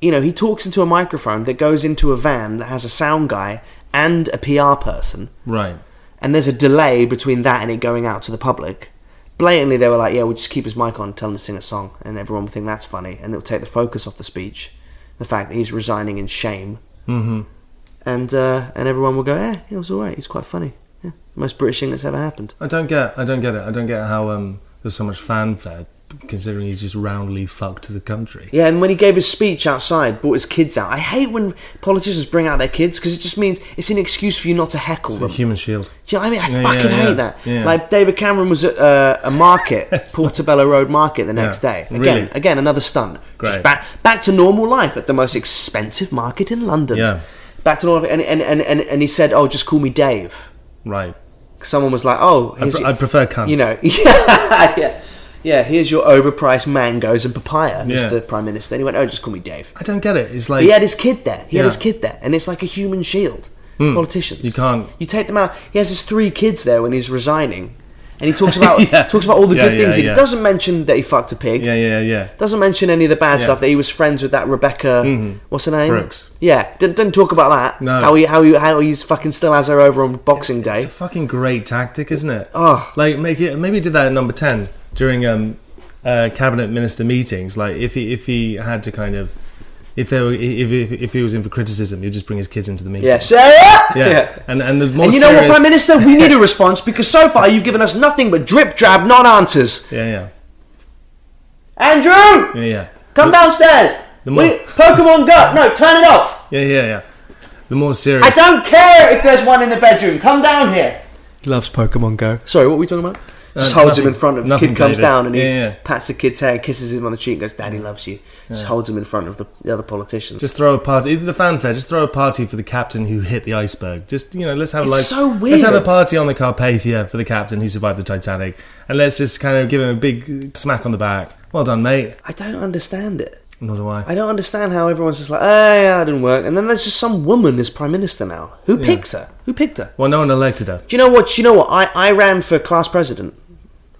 Speaker 3: you know, he talks into a microphone that goes into a van that has a sound guy and a PR person,
Speaker 2: right.
Speaker 3: and there's a delay between that and it going out to the public. Blatantly, they were like, "Yeah, we'll just keep his mic on, tell him to sing a song," and everyone will think that's funny, and it'll take the focus off the speech, the fact that he's resigning in shame, mm-hmm. and uh, and everyone will go, "Yeah, it was all right. He's quite funny. Yeah, most British thing that's ever happened."
Speaker 2: I don't get. I don't get it. I don't get how um there's so much fanfare considering he's just roundly fucked the country.
Speaker 3: Yeah, and when he gave his speech outside, brought his kids out. I hate when politicians bring out their kids because it just means it's an excuse for you not to heckle
Speaker 2: The
Speaker 3: them.
Speaker 2: human shield.
Speaker 3: Do you know what I mean? I
Speaker 2: Yeah,
Speaker 3: fucking
Speaker 2: yeah,
Speaker 3: hate
Speaker 2: yeah.
Speaker 3: that.
Speaker 2: Yeah.
Speaker 3: Like David Cameron was at uh, a
Speaker 2: <laughs>
Speaker 3: market, Portobello Road Market, the next
Speaker 2: Yeah,
Speaker 3: day. Again,
Speaker 2: really.
Speaker 3: again, another stunt.
Speaker 2: Great.
Speaker 3: Just back back to normal life at the most expensive market in London.
Speaker 2: Yeah.
Speaker 3: Back to normal, and and, and, and and he said, "Oh, just call me Dave."
Speaker 2: Right.
Speaker 3: Someone was like, "Oh,
Speaker 2: I,
Speaker 3: here's
Speaker 2: pr-
Speaker 3: your-
Speaker 2: I prefer cunt.
Speaker 3: you know, <laughs> yeah, yeah, yeah. Here's your overpriced mangoes and papaya,
Speaker 2: Yeah.
Speaker 3: Mr. Prime Minister. And he went, "Oh, just call me Dave."
Speaker 2: I don't get it. It's
Speaker 3: But
Speaker 2: like
Speaker 3: he had his kid there. He
Speaker 2: Yeah. Hmm.
Speaker 3: had his kid there, and it's like a human shield. Politicians,
Speaker 2: You can't-
Speaker 3: You take them out. He has his three kids there when he's resigning, and he
Speaker 2: <laughs>
Speaker 3: talks about
Speaker 2: Yeah.
Speaker 3: talks about all the
Speaker 2: Yeah,
Speaker 3: good
Speaker 2: yeah,
Speaker 3: things. He
Speaker 2: yeah.
Speaker 3: doesn't mention that he fucked a pig.
Speaker 2: Yeah, yeah, yeah.
Speaker 3: Doesn't mention any of the bad
Speaker 2: Yeah. Mm-hmm.
Speaker 3: stuff that he was friends with that Rebecca. What's her name?
Speaker 2: Brooks.
Speaker 3: Yeah, didn't, didn't talk about that.
Speaker 2: No.
Speaker 3: How he how he how he's fucking still has her over on Boxing Day.
Speaker 2: It's a fucking great tactic, isn't it?
Speaker 3: Oh.
Speaker 2: like make it. Maybe he did that at number ten during um, uh, cabinet minister meetings. Like if he if he had to kind of if they were if if, if he was in for criticism, he'd just bring his kids into the meeting.
Speaker 3: yeah, Sarah. <laughs>
Speaker 2: yeah. And and the more
Speaker 3: And you know what,
Speaker 2: serious-
Speaker 3: Prime Minister? We
Speaker 2: <laughs>
Speaker 3: need a response because so far you've given us nothing but drip drab non answers.
Speaker 2: Yeah,
Speaker 3: Andrew,
Speaker 2: yeah, yeah, yeah.
Speaker 3: come downstairs.
Speaker 2: The mo-
Speaker 3: We- Pokemon Go. No, turn it off.
Speaker 2: Yeah, yeah, yeah. The more
Speaker 3: I
Speaker 2: serious.
Speaker 3: don't care if there's one in the bedroom. Come down here. He loves Pokemon Go. Uh, Sorry, what were we talking about? Just holds him
Speaker 2: nothing-
Speaker 3: in front of the
Speaker 2: nothing,
Speaker 3: kid comes
Speaker 2: David.
Speaker 3: down and he
Speaker 2: Yeah, yeah.
Speaker 3: pats the kid's hair, kisses him on the cheek, and goes, "Daddy loves you." Just holds him in front of the, the other politicians.
Speaker 2: Just throw a party. Either the fanfare. Just throw a party for the captain who hit the iceberg. Just you know, let's have
Speaker 3: It's
Speaker 2: like
Speaker 3: so
Speaker 2: let's have a
Speaker 3: weird.
Speaker 2: party on the Carpathia for the captain who survived the Titanic, and let's just kind of give him a big smack on the back. Well done, mate.
Speaker 3: I don't understand it.
Speaker 2: Nor do I.
Speaker 3: I don't understand how everyone's just like, "Oh, yeah, that didn't work," and then there's just some woman as prime minister now. Who picks her? Who picked her?
Speaker 2: well, no one elected her. <laughs>
Speaker 3: Do you know what? Do you know what? I, I ran for class president,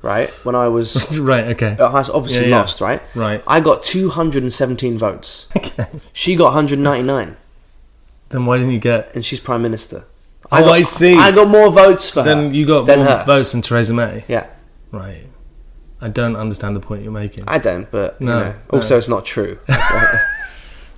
Speaker 3: right? When I <laughs> was
Speaker 2: Right. Okay.
Speaker 3: at high school, Uh, obviously
Speaker 2: Yeah, yeah.
Speaker 3: lost, right?
Speaker 2: Right.
Speaker 3: I got 217 votes.
Speaker 2: <laughs> Okay.
Speaker 3: She got 199,
Speaker 2: Then why didn't you get?
Speaker 3: and she's prime minister.
Speaker 2: Oh,
Speaker 3: got,
Speaker 2: I see.
Speaker 3: I got more votes for her.
Speaker 2: Then you got
Speaker 3: than
Speaker 2: more
Speaker 3: Uh, her.
Speaker 2: votes than Theresa May.
Speaker 3: Yeah,
Speaker 2: Right. I don't understand the point you're making.
Speaker 3: I don't, but you
Speaker 2: No,
Speaker 3: know. also
Speaker 2: no.
Speaker 3: it's not true. <laughs>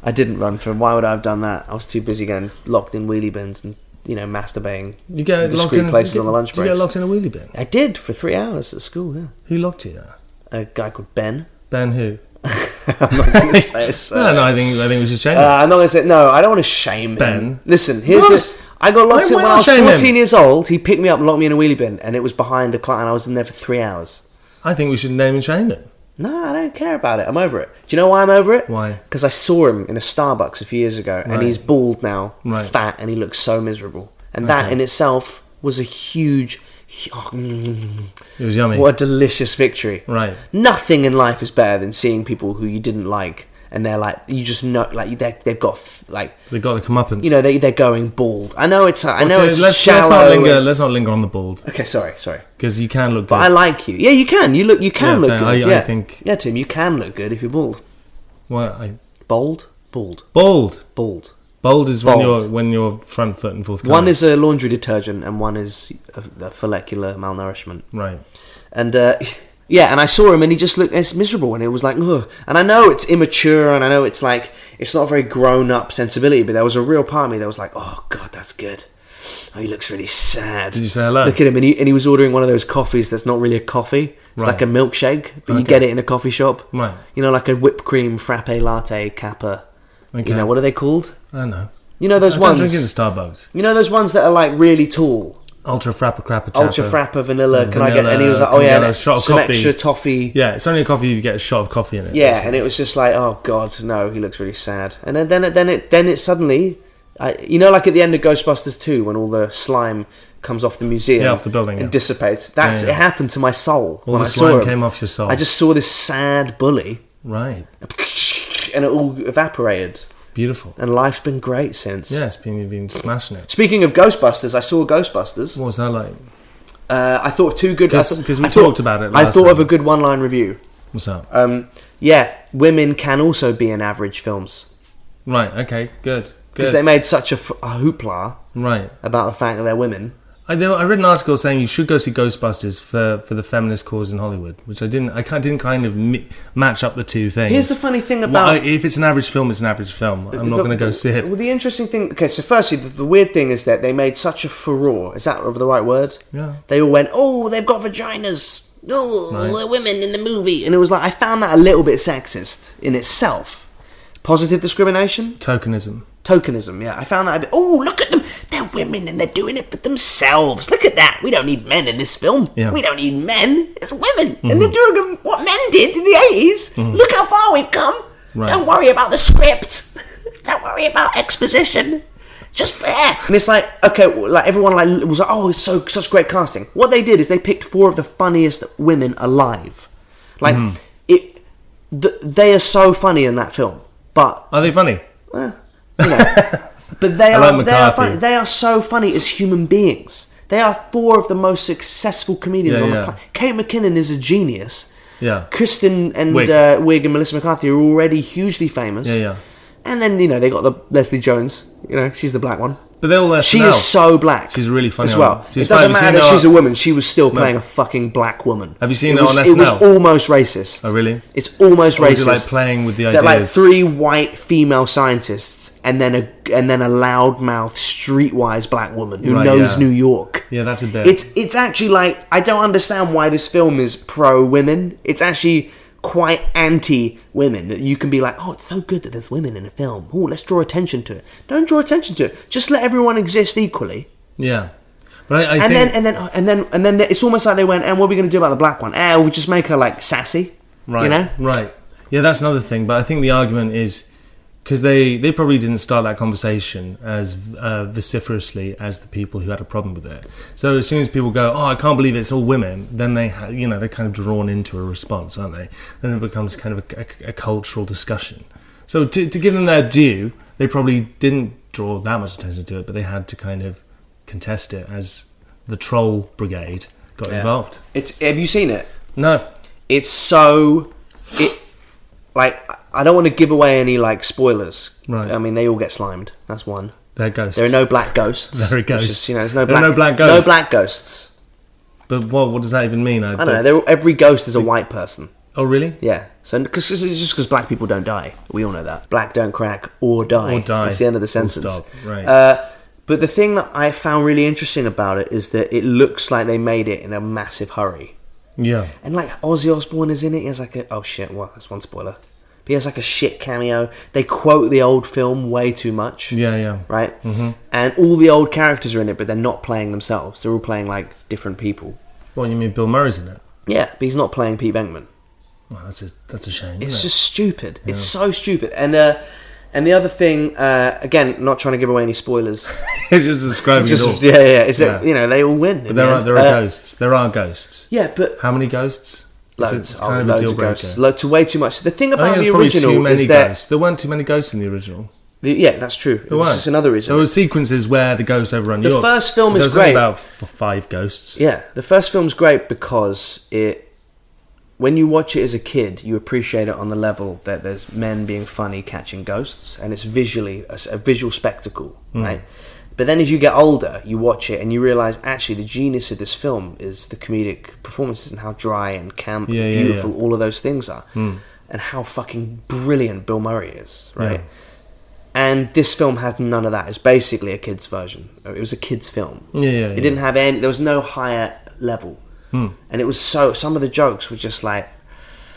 Speaker 3: I didn't run for. Why would I have done that? I was too busy getting locked in wheelie bins and you know masturbating.
Speaker 2: You get
Speaker 3: discreet
Speaker 2: locked in
Speaker 3: places
Speaker 2: you get-
Speaker 3: on the lunch
Speaker 2: did You get
Speaker 3: breaks.
Speaker 2: locked in a wheelie bin.
Speaker 3: I did for three hours at school. Yeah,
Speaker 2: Who locked you? there?
Speaker 3: a guy called Ben. <laughs>
Speaker 2: Ben who?
Speaker 3: I'm not
Speaker 2: <laughs>
Speaker 3: going to say his
Speaker 2: No,
Speaker 3: surname.
Speaker 2: no. I think I think we should change.
Speaker 3: Uh, I'm not going to say no. I don't want to shame
Speaker 2: Ben.
Speaker 3: Him. Listen, here's
Speaker 2: Ross,
Speaker 3: the. I got locked
Speaker 2: why-
Speaker 3: in
Speaker 2: why
Speaker 3: when
Speaker 2: not
Speaker 3: I was
Speaker 2: shame
Speaker 3: 14
Speaker 2: him?
Speaker 3: years old. He picked me up and locked me in a wheelie bin, and it was behind a client. I was in there for three hours.
Speaker 2: it. I think we should name and shame it.
Speaker 3: No, I don't care about it. I'm over it. Do you know why I'm over it?
Speaker 2: Why?
Speaker 3: Because I saw him in a Starbucks a few years ago, and
Speaker 2: Right.
Speaker 3: he's bald now,
Speaker 2: Right.
Speaker 3: fat, and he looks so miserable. And that
Speaker 2: Okay.
Speaker 3: in itself was a huge. hu- oh, mm,
Speaker 2: It was yummy.
Speaker 3: what a delicious victory.
Speaker 2: Right.
Speaker 3: Nothing in life is better than seeing people who you didn't like, and they're like, you just know, like, they're- they've got, f- like,
Speaker 2: They got the comeuppance.
Speaker 3: you know they they're going bald. I know it's I know
Speaker 2: So
Speaker 3: it's
Speaker 2: let's,
Speaker 3: shallow.
Speaker 2: let's not linger.
Speaker 3: and-
Speaker 2: Let's not linger on the bald
Speaker 3: okay, sorry, sorry.
Speaker 2: because you can look good.
Speaker 3: But I like you. Yeah, you can. You look. You can
Speaker 2: Yeah,
Speaker 3: look
Speaker 2: I-
Speaker 3: good.
Speaker 2: I
Speaker 3: yeah.
Speaker 2: think-
Speaker 3: Yeah, Tim, you can look good if you're bald.
Speaker 2: Well, I-
Speaker 3: Bald, bald,
Speaker 2: bald.
Speaker 3: bald.
Speaker 2: Bald is when
Speaker 3: Bald.
Speaker 2: you're when you're front foot and fourth.
Speaker 3: One is a laundry detergent, and one is a, a follicular malnourishment.
Speaker 2: right.
Speaker 3: And uh, <laughs> yeah, and I saw him, and he just looked it's miserable, and it was like, ugh. And I know it's immature, and I know it's like it's not a very grown up sensibility, but there was a real part of me that was like, oh god, that's good. Oh, he looks really sad.
Speaker 2: Did you say hello?
Speaker 3: Look at him, and he and he was ordering one of those coffees that's not really a coffee. It's
Speaker 2: Right.
Speaker 3: like a milkshake, but
Speaker 2: Okay.
Speaker 3: you get it in a coffee shop.
Speaker 2: Right.
Speaker 3: You know, like a whipped cream frappe latte kappa.
Speaker 2: Okay.
Speaker 3: You know what are they called?
Speaker 2: I know.
Speaker 3: You know those
Speaker 2: I don't
Speaker 3: ones.
Speaker 2: drink in Starbucks.
Speaker 3: You know those ones that are like really tall.
Speaker 2: Ultra Frappa Crappa Chappa.
Speaker 3: Ultra Frappa vanilla, Can I get?
Speaker 2: Mm, Vanilla,
Speaker 3: And he was like,
Speaker 2: can
Speaker 3: "Oh
Speaker 2: I
Speaker 3: yeah,
Speaker 2: get a
Speaker 3: and
Speaker 2: shot of
Speaker 3: some
Speaker 2: coffee?"
Speaker 3: extra toffee."
Speaker 2: Yeah, it's only a coffee if you get a shot of coffee in it.
Speaker 3: Yeah,
Speaker 2: basically.
Speaker 3: and it was just like, oh god, no, he looks really sad. And then then it then it then it suddenly, I, you know, like at the end of Ghostbusters two, when all the slime comes off the museum,
Speaker 2: Yeah, off the building,
Speaker 3: and
Speaker 2: yeah.
Speaker 3: dissipates. That's
Speaker 2: Yeah, yeah.
Speaker 3: it happened to my soul
Speaker 2: All
Speaker 3: when
Speaker 2: the
Speaker 3: I
Speaker 2: slime
Speaker 3: saw him.
Speaker 2: came off your soul.
Speaker 3: I just saw this sad bully,
Speaker 2: right.
Speaker 3: and it all evaporated.
Speaker 2: Beautiful.
Speaker 3: And life's been great since.
Speaker 2: Yeah, it's been, you've been smashing it.
Speaker 3: Speaking of Ghostbusters, I saw Ghostbusters.
Speaker 2: What was that like?
Speaker 3: Uh, I thought of two good. I
Speaker 2: 'Cause-
Speaker 3: thought-
Speaker 2: 'cause we
Speaker 3: I thought-
Speaker 2: talked about it
Speaker 3: I
Speaker 2: last
Speaker 3: thought of a
Speaker 2: time.
Speaker 3: good one-line review.
Speaker 2: What's up?
Speaker 3: Um, yeah, women can also be in average films.
Speaker 2: right, okay, good.
Speaker 3: because
Speaker 2: Good.
Speaker 3: they made such a, f- a hoopla
Speaker 2: right.
Speaker 3: about the fact that they're women.
Speaker 2: I, there, I read an article saying you should go see Ghostbusters for, for the feminist cause in Hollywood, which I didn't. I kind didn't kind of mi- match up the two things.
Speaker 3: Here's the funny thing
Speaker 2: Well,
Speaker 3: about-
Speaker 2: I- if it's an average film, it's an average film. I'm not
Speaker 3: The-
Speaker 2: going to go
Speaker 3: <laughs>
Speaker 2: see
Speaker 3: Well,
Speaker 2: it.
Speaker 3: the interesting thing. Okay, so firstly, the, the weird thing is that they made such a furore. Is that the right word?
Speaker 2: Yeah.
Speaker 3: They all went, "Oh, they've got vaginas. Oh,
Speaker 2: Right.
Speaker 3: they're women in the movie," and it was like I found that a little bit sexist in itself. Positive discrimination,
Speaker 2: Tokenism.
Speaker 3: tokenism. Yeah, I found that a bit. Oh, look at them. They're women and they're doing it for themselves. Look at that. We don't need men in this film.
Speaker 2: Yeah. Mm-hmm.
Speaker 3: We don't need men. It's women, and they're doing what men did in the 80s Look how far we've come.
Speaker 2: Right.
Speaker 3: Don't worry about the script. <laughs> don't worry about exposition. Just there. And it's like okay, well, like everyone like was like, oh, it's so such great casting. What they did is they picked four of the funniest women alive. Like
Speaker 2: Mm-hmm.
Speaker 3: it, th- they are so funny in that film. But
Speaker 2: Are they funny?
Speaker 3: you
Speaker 2: <laughs>
Speaker 3: know. but they
Speaker 2: I
Speaker 3: are,
Speaker 2: like
Speaker 3: they, are
Speaker 2: McCarthy.
Speaker 3: funny. they are so funny as human beings. They are four of the most successful comedians
Speaker 2: Yeah,
Speaker 3: on
Speaker 2: yeah.
Speaker 3: the planet. Kate McKinnon is a genius.
Speaker 2: Yeah.
Speaker 3: Kristen and
Speaker 2: Wiig.
Speaker 3: Wig. Uh, Wig and Melissa McCarthy are already hugely famous.
Speaker 2: Yeah, yeah.
Speaker 3: And then you know they got the Leslie Jones. You know she's the black one.
Speaker 2: But they're all there.
Speaker 3: She
Speaker 2: now.
Speaker 3: is so black.
Speaker 2: She's really funny
Speaker 3: as
Speaker 2: on-
Speaker 3: well.
Speaker 2: she's
Speaker 3: it doesn't
Speaker 2: funny. Have you
Speaker 3: matter
Speaker 2: seen
Speaker 3: that
Speaker 2: her
Speaker 3: she's a
Speaker 2: on-
Speaker 3: woman. She was still playing a fucking black woman.
Speaker 2: Have you seen
Speaker 3: it
Speaker 2: her
Speaker 3: was,
Speaker 2: on
Speaker 3: It was
Speaker 2: SNL?
Speaker 3: almost racist.
Speaker 2: Oh, really?
Speaker 3: It's almost
Speaker 2: Or
Speaker 3: racist.
Speaker 2: is it like playing with the
Speaker 3: That like
Speaker 2: ideas?
Speaker 3: three white female scientists and then a and then a loudmouth streetwise black woman who
Speaker 2: Right,
Speaker 3: knows
Speaker 2: yeah.
Speaker 3: New York.
Speaker 2: Yeah, that's a bit.
Speaker 3: It's it's actually like I don't understand why this film is pro women. It's actually quite anti women. That you can be like, oh, it's so good that there's women in a film. Oh, let's draw attention to it. Don't draw attention to it. Just let everyone exist equally.
Speaker 2: yeah. But I, I
Speaker 3: And then
Speaker 2: think
Speaker 3: and then and then and then it's almost like they went, and what are we going to do about the black one? Eh, we just make her like sassy.
Speaker 2: right,
Speaker 3: You know.
Speaker 2: right. Yeah, that's another thing. But I think the argument is because they they probably didn't start that conversation as uh, vociferously as the people who had a problem with it. So as soon as people go, "Oh, I can't believe it's all women," then they ha- you know they're kind of drawn into a response, aren't they? Then it becomes kind of a, a- a cultural discussion. So to, to give them their due, they probably didn't draw that much attention to it, but they had to kind of contest it as the troll brigade got involved.
Speaker 3: It's have you seen it?
Speaker 2: No,
Speaker 3: It's so it like I don't want to give away any like spoilers.
Speaker 2: Right.
Speaker 3: I mean, they all get slimed. That's one.
Speaker 2: they're ghosts.
Speaker 3: There are no black ghosts.
Speaker 2: There are
Speaker 3: It's just,
Speaker 2: ghosts.
Speaker 3: you know, there's no
Speaker 2: There
Speaker 3: black,
Speaker 2: are no black
Speaker 3: No
Speaker 2: ghosts.
Speaker 3: black ghosts.
Speaker 2: But what what does that even mean?
Speaker 3: I don't know. They're, all- every ghost is a white person.
Speaker 2: Oh, really?
Speaker 3: Yeah. So because it's just because black people don't die. We all know that. Black don't crack or die.
Speaker 2: Or die.
Speaker 3: That's the end of the
Speaker 2: Full
Speaker 3: sentence.
Speaker 2: stop. Right.
Speaker 3: Uh, but the thing that I found really interesting about it is that it looks like they made it in a massive hurry.
Speaker 2: Yeah.
Speaker 3: And like Ozzy Osbourne is in it. He has like a oh shit, well that's one spoiler. But he has like a shit cameo. They quote the old film way too much.
Speaker 2: Yeah, yeah.
Speaker 3: Right. Mm-hmm. And all the old characters are in it, but they're not playing themselves. They're all playing like different people.
Speaker 2: Well, you mean Bill Murray's in it?
Speaker 3: Yeah, but he's not playing Pete Bankman.
Speaker 2: Well, that's a that's a shame.
Speaker 3: It's
Speaker 2: isn't
Speaker 3: just stupid. It's so stupid. And uh, and the other thing, uh, again, not trying to give away any
Speaker 2: <laughs>
Speaker 3: spoilers.
Speaker 2: it? <laughs> it's just describing
Speaker 3: just
Speaker 2: it all.
Speaker 3: yeah, yeah. Is that
Speaker 2: Yeah.
Speaker 3: you know they all win.
Speaker 2: But there are there are ghosts. There are
Speaker 3: Uh,
Speaker 2: ghosts.
Speaker 3: Yeah, but
Speaker 2: How many ghosts? It's a-
Speaker 3: loads,
Speaker 2: it's
Speaker 3: oh, loads of ghosts. Lo- to way too much. The thing
Speaker 2: I
Speaker 3: about
Speaker 2: think
Speaker 3: the
Speaker 2: there's probably
Speaker 3: original
Speaker 2: too many
Speaker 3: is that
Speaker 2: ghosts. There weren't too many ghosts in the original.
Speaker 3: The- Yeah, that's true.
Speaker 2: There
Speaker 3: This
Speaker 2: weren't.
Speaker 3: is another reason.
Speaker 2: There were sequences where the ghosts overrun
Speaker 3: The
Speaker 2: York.
Speaker 3: first film
Speaker 2: There
Speaker 3: is
Speaker 2: was only
Speaker 3: great.
Speaker 2: About f- five ghosts.
Speaker 3: yeah, the first film's great because it, when you watch it as a kid, you appreciate it on the level that there's men being funny catching ghosts, and it's visually a, s- a visual spectacle,
Speaker 2: Hmm.
Speaker 3: right? But then as you get older, you watch it and you realize actually the genius of this film is the comedic performances and how dry and camp
Speaker 2: Yeah,
Speaker 3: and
Speaker 2: yeah, Hmm.
Speaker 3: beautiful
Speaker 2: yeah.
Speaker 3: all of those things are, and how fucking brilliant Bill Murray is, right?
Speaker 2: Yeah.
Speaker 3: And this film had none of that. It's basically a kid's version. It was a kid's film.
Speaker 2: Yeah, yeah, Hmm.
Speaker 3: It
Speaker 2: yeah.
Speaker 3: didn't have any. There was no higher level. And it was so. Some of the jokes were just like.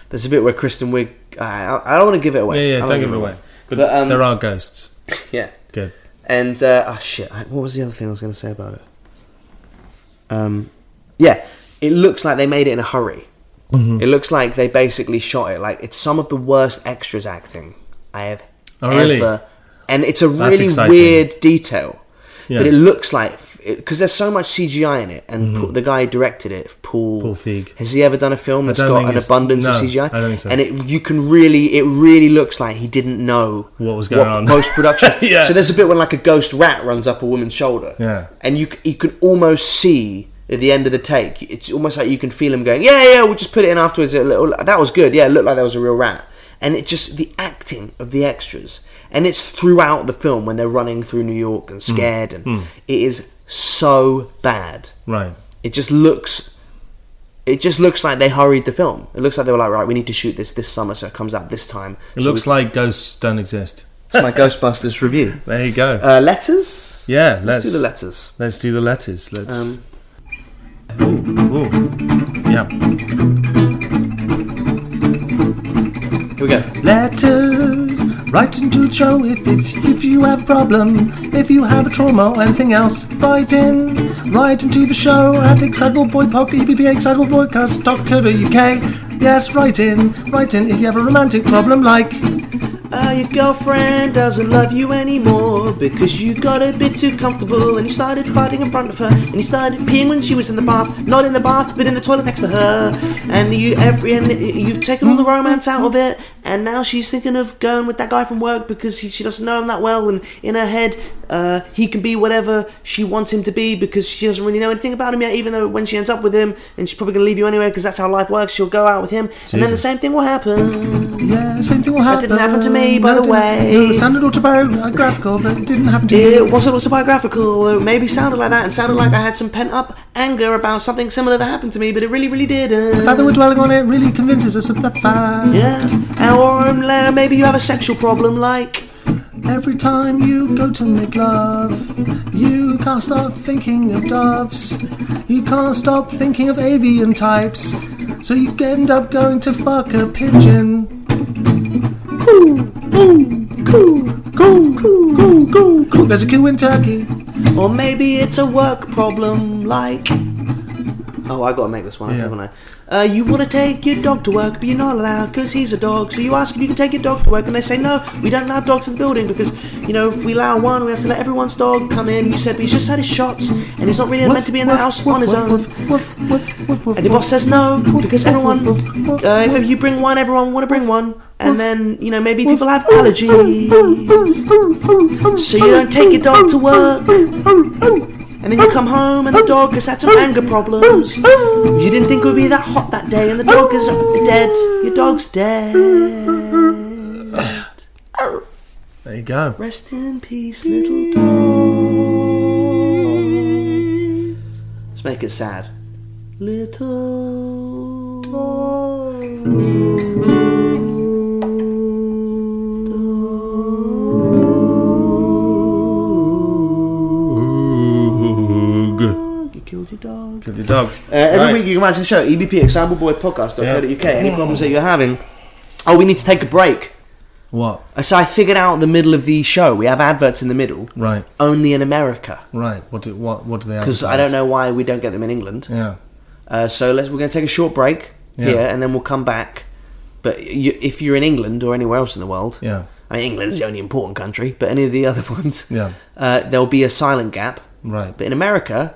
Speaker 3: There's a bit where Kristen Wiig. I, I don't want to give it
Speaker 2: Yeah,
Speaker 3: away.
Speaker 2: yeah.
Speaker 3: I
Speaker 2: Don't give it away. But,
Speaker 3: But, um,
Speaker 2: there are ghosts.
Speaker 3: Yeah.
Speaker 2: Good.
Speaker 3: ah, And uh, oh shit! I- What was the other thing I was going to say about it? Um, yeah, it looks like they made it in a hurry.
Speaker 2: Mm-hmm.
Speaker 3: It looks like they basically shot it. Like it's some of the worst extras acting I have
Speaker 2: Oh,
Speaker 3: ever.
Speaker 2: really?
Speaker 3: And it's a
Speaker 2: That's
Speaker 3: really
Speaker 2: exciting.
Speaker 3: weird detail,
Speaker 2: Yeah.
Speaker 3: but it looks like because there's so much CGI in it, and Paul- the guy who directed it, Paul.
Speaker 2: Mm-hmm. Paul Feig.
Speaker 3: Has he ever done a film that's
Speaker 2: don't
Speaker 3: got
Speaker 2: think
Speaker 3: an
Speaker 2: it's-
Speaker 3: abundance of
Speaker 2: no,
Speaker 3: CGI?
Speaker 2: I don't think so.
Speaker 3: And it, you can really, it really looks like he didn't know
Speaker 2: What was going on.
Speaker 3: post production.
Speaker 2: <laughs> Yeah.
Speaker 3: So there's a bit when like a ghost rat runs up a woman's shoulder.
Speaker 2: Yeah.
Speaker 3: And you c- you can almost see at the end of the take. It's almost like you can feel him going, yeah, yeah. We'll just put it in afterwards. It, look- that was good. Yeah, it looked like that was a real rat. And it just the acting of the extras, and it's throughout the film when they're running through New York
Speaker 2: Mm.
Speaker 3: and scared, and it is so bad.
Speaker 2: Right.
Speaker 3: It just looks. It just looks like they hurried the film. It looks like they were like, right, we need to shoot this this summer, so it comes out this time.
Speaker 2: It looks like ghosts don't exist.
Speaker 3: it's
Speaker 2: <laughs>
Speaker 3: my Ghostbusters review.
Speaker 2: There you go.
Speaker 3: Uh, letters?
Speaker 2: yeah,
Speaker 3: Let's
Speaker 2: let's
Speaker 3: do the letters.
Speaker 2: Let's do the letters. Let's.
Speaker 3: Um,
Speaker 2: Ooh. Yeah.
Speaker 3: Here we go.
Speaker 2: Letters. Write into the show if, if, if you have a problem, if you have a trauma or anything else. Write in. Write into the show at E excitableboypodcast.co.uk. Yes, write in. Write in if you have a romantic problem like.
Speaker 3: Uh, your girlfriend doesn't love you anymore because you got a bit too comfortable and you started fighting in front of her and you started peeing when she was in the bath, not in the bath but in the toilet next to her. And you every and you've taken all the romance out of it and now she's thinking of going with that guy from work because he, she doesn't know him that well and in her head uh, he can be whatever she wants him to be because she doesn't really know anything about him yet. Even though when she ends up with him and she's probably gonna leave you anyway because that's how life works. She'll go out with him and then the
Speaker 2: Jesus.
Speaker 3: same thing will happen.
Speaker 2: Yeah, same thing will
Speaker 3: That
Speaker 2: happen.
Speaker 3: didn't happen to me, by
Speaker 2: No, it
Speaker 3: the
Speaker 2: didn't.
Speaker 3: way.
Speaker 2: No, it sounded autobiographical, but it didn't happen to me.
Speaker 3: It wasn't autobiographical. It maybe sounded like that, and sounded like I had some pent up anger about something similar that happened to me, but it really, really didn't.
Speaker 2: The fact that we're dwelling on it really convinces us of the fact.
Speaker 3: yeah. And- Or um, la- maybe you have a sexual problem, like
Speaker 2: Every time you go to make love, you can't stop thinking of doves. You can't stop thinking of avian types. So you end up going to fuck a pigeon. Coo, coo, coo, coo, coo. There's a coo in Turkey.
Speaker 3: or maybe it's a work problem, like. Oh, I gotta make this one up,
Speaker 2: Yeah.
Speaker 3: haven't I? Uh, you wanna take your dog to work, but you're not allowed because he's a dog. So you ask if you can take your dog to work, and they say no, we don't allow dogs in the building because, you know, if we allow one, we have to let everyone's dog come in. You said, but he's just had his shots, and he's not really meant to be in the house on his own. And the boss says no because everyone, uh, if you bring one, everyone want to bring one, and then you know maybe people have
Speaker 2: <laughs>
Speaker 3: allergies, so you don't take your dog to work,
Speaker 2: <laughs>
Speaker 3: and then you come home and the dog has had some anger problems. You didn't think it would be that hot that day, and the dog is dead. Your dog's dead.
Speaker 2: There you go.
Speaker 3: Rest in peace, little dogs. Let's make it sad. Little dog. You killed your dog.
Speaker 2: Your dog.
Speaker 3: Uh, every week you can watch the show, E EBP, exampleboypodcast.co.uk. Any problems that you're having? Oh, we need to take a break.
Speaker 2: What?
Speaker 3: So I figured out the middle of the show. We have adverts in the middle,
Speaker 2: Right,
Speaker 3: only in America,
Speaker 2: right. What do what what do they?
Speaker 3: because I don't know why we don't get them in England.
Speaker 2: Yeah.
Speaker 3: Uh, so let's we're going to take a short break
Speaker 2: Yeah.
Speaker 3: here, and then we'll come back. But you, if you're in England or anywhere else in the world,
Speaker 2: Yeah.
Speaker 3: I mean England's the only important country, but any of the other <laughs> ones,
Speaker 2: Yeah.
Speaker 3: uh, there'll be a silent gap.
Speaker 2: Right.
Speaker 3: But in America,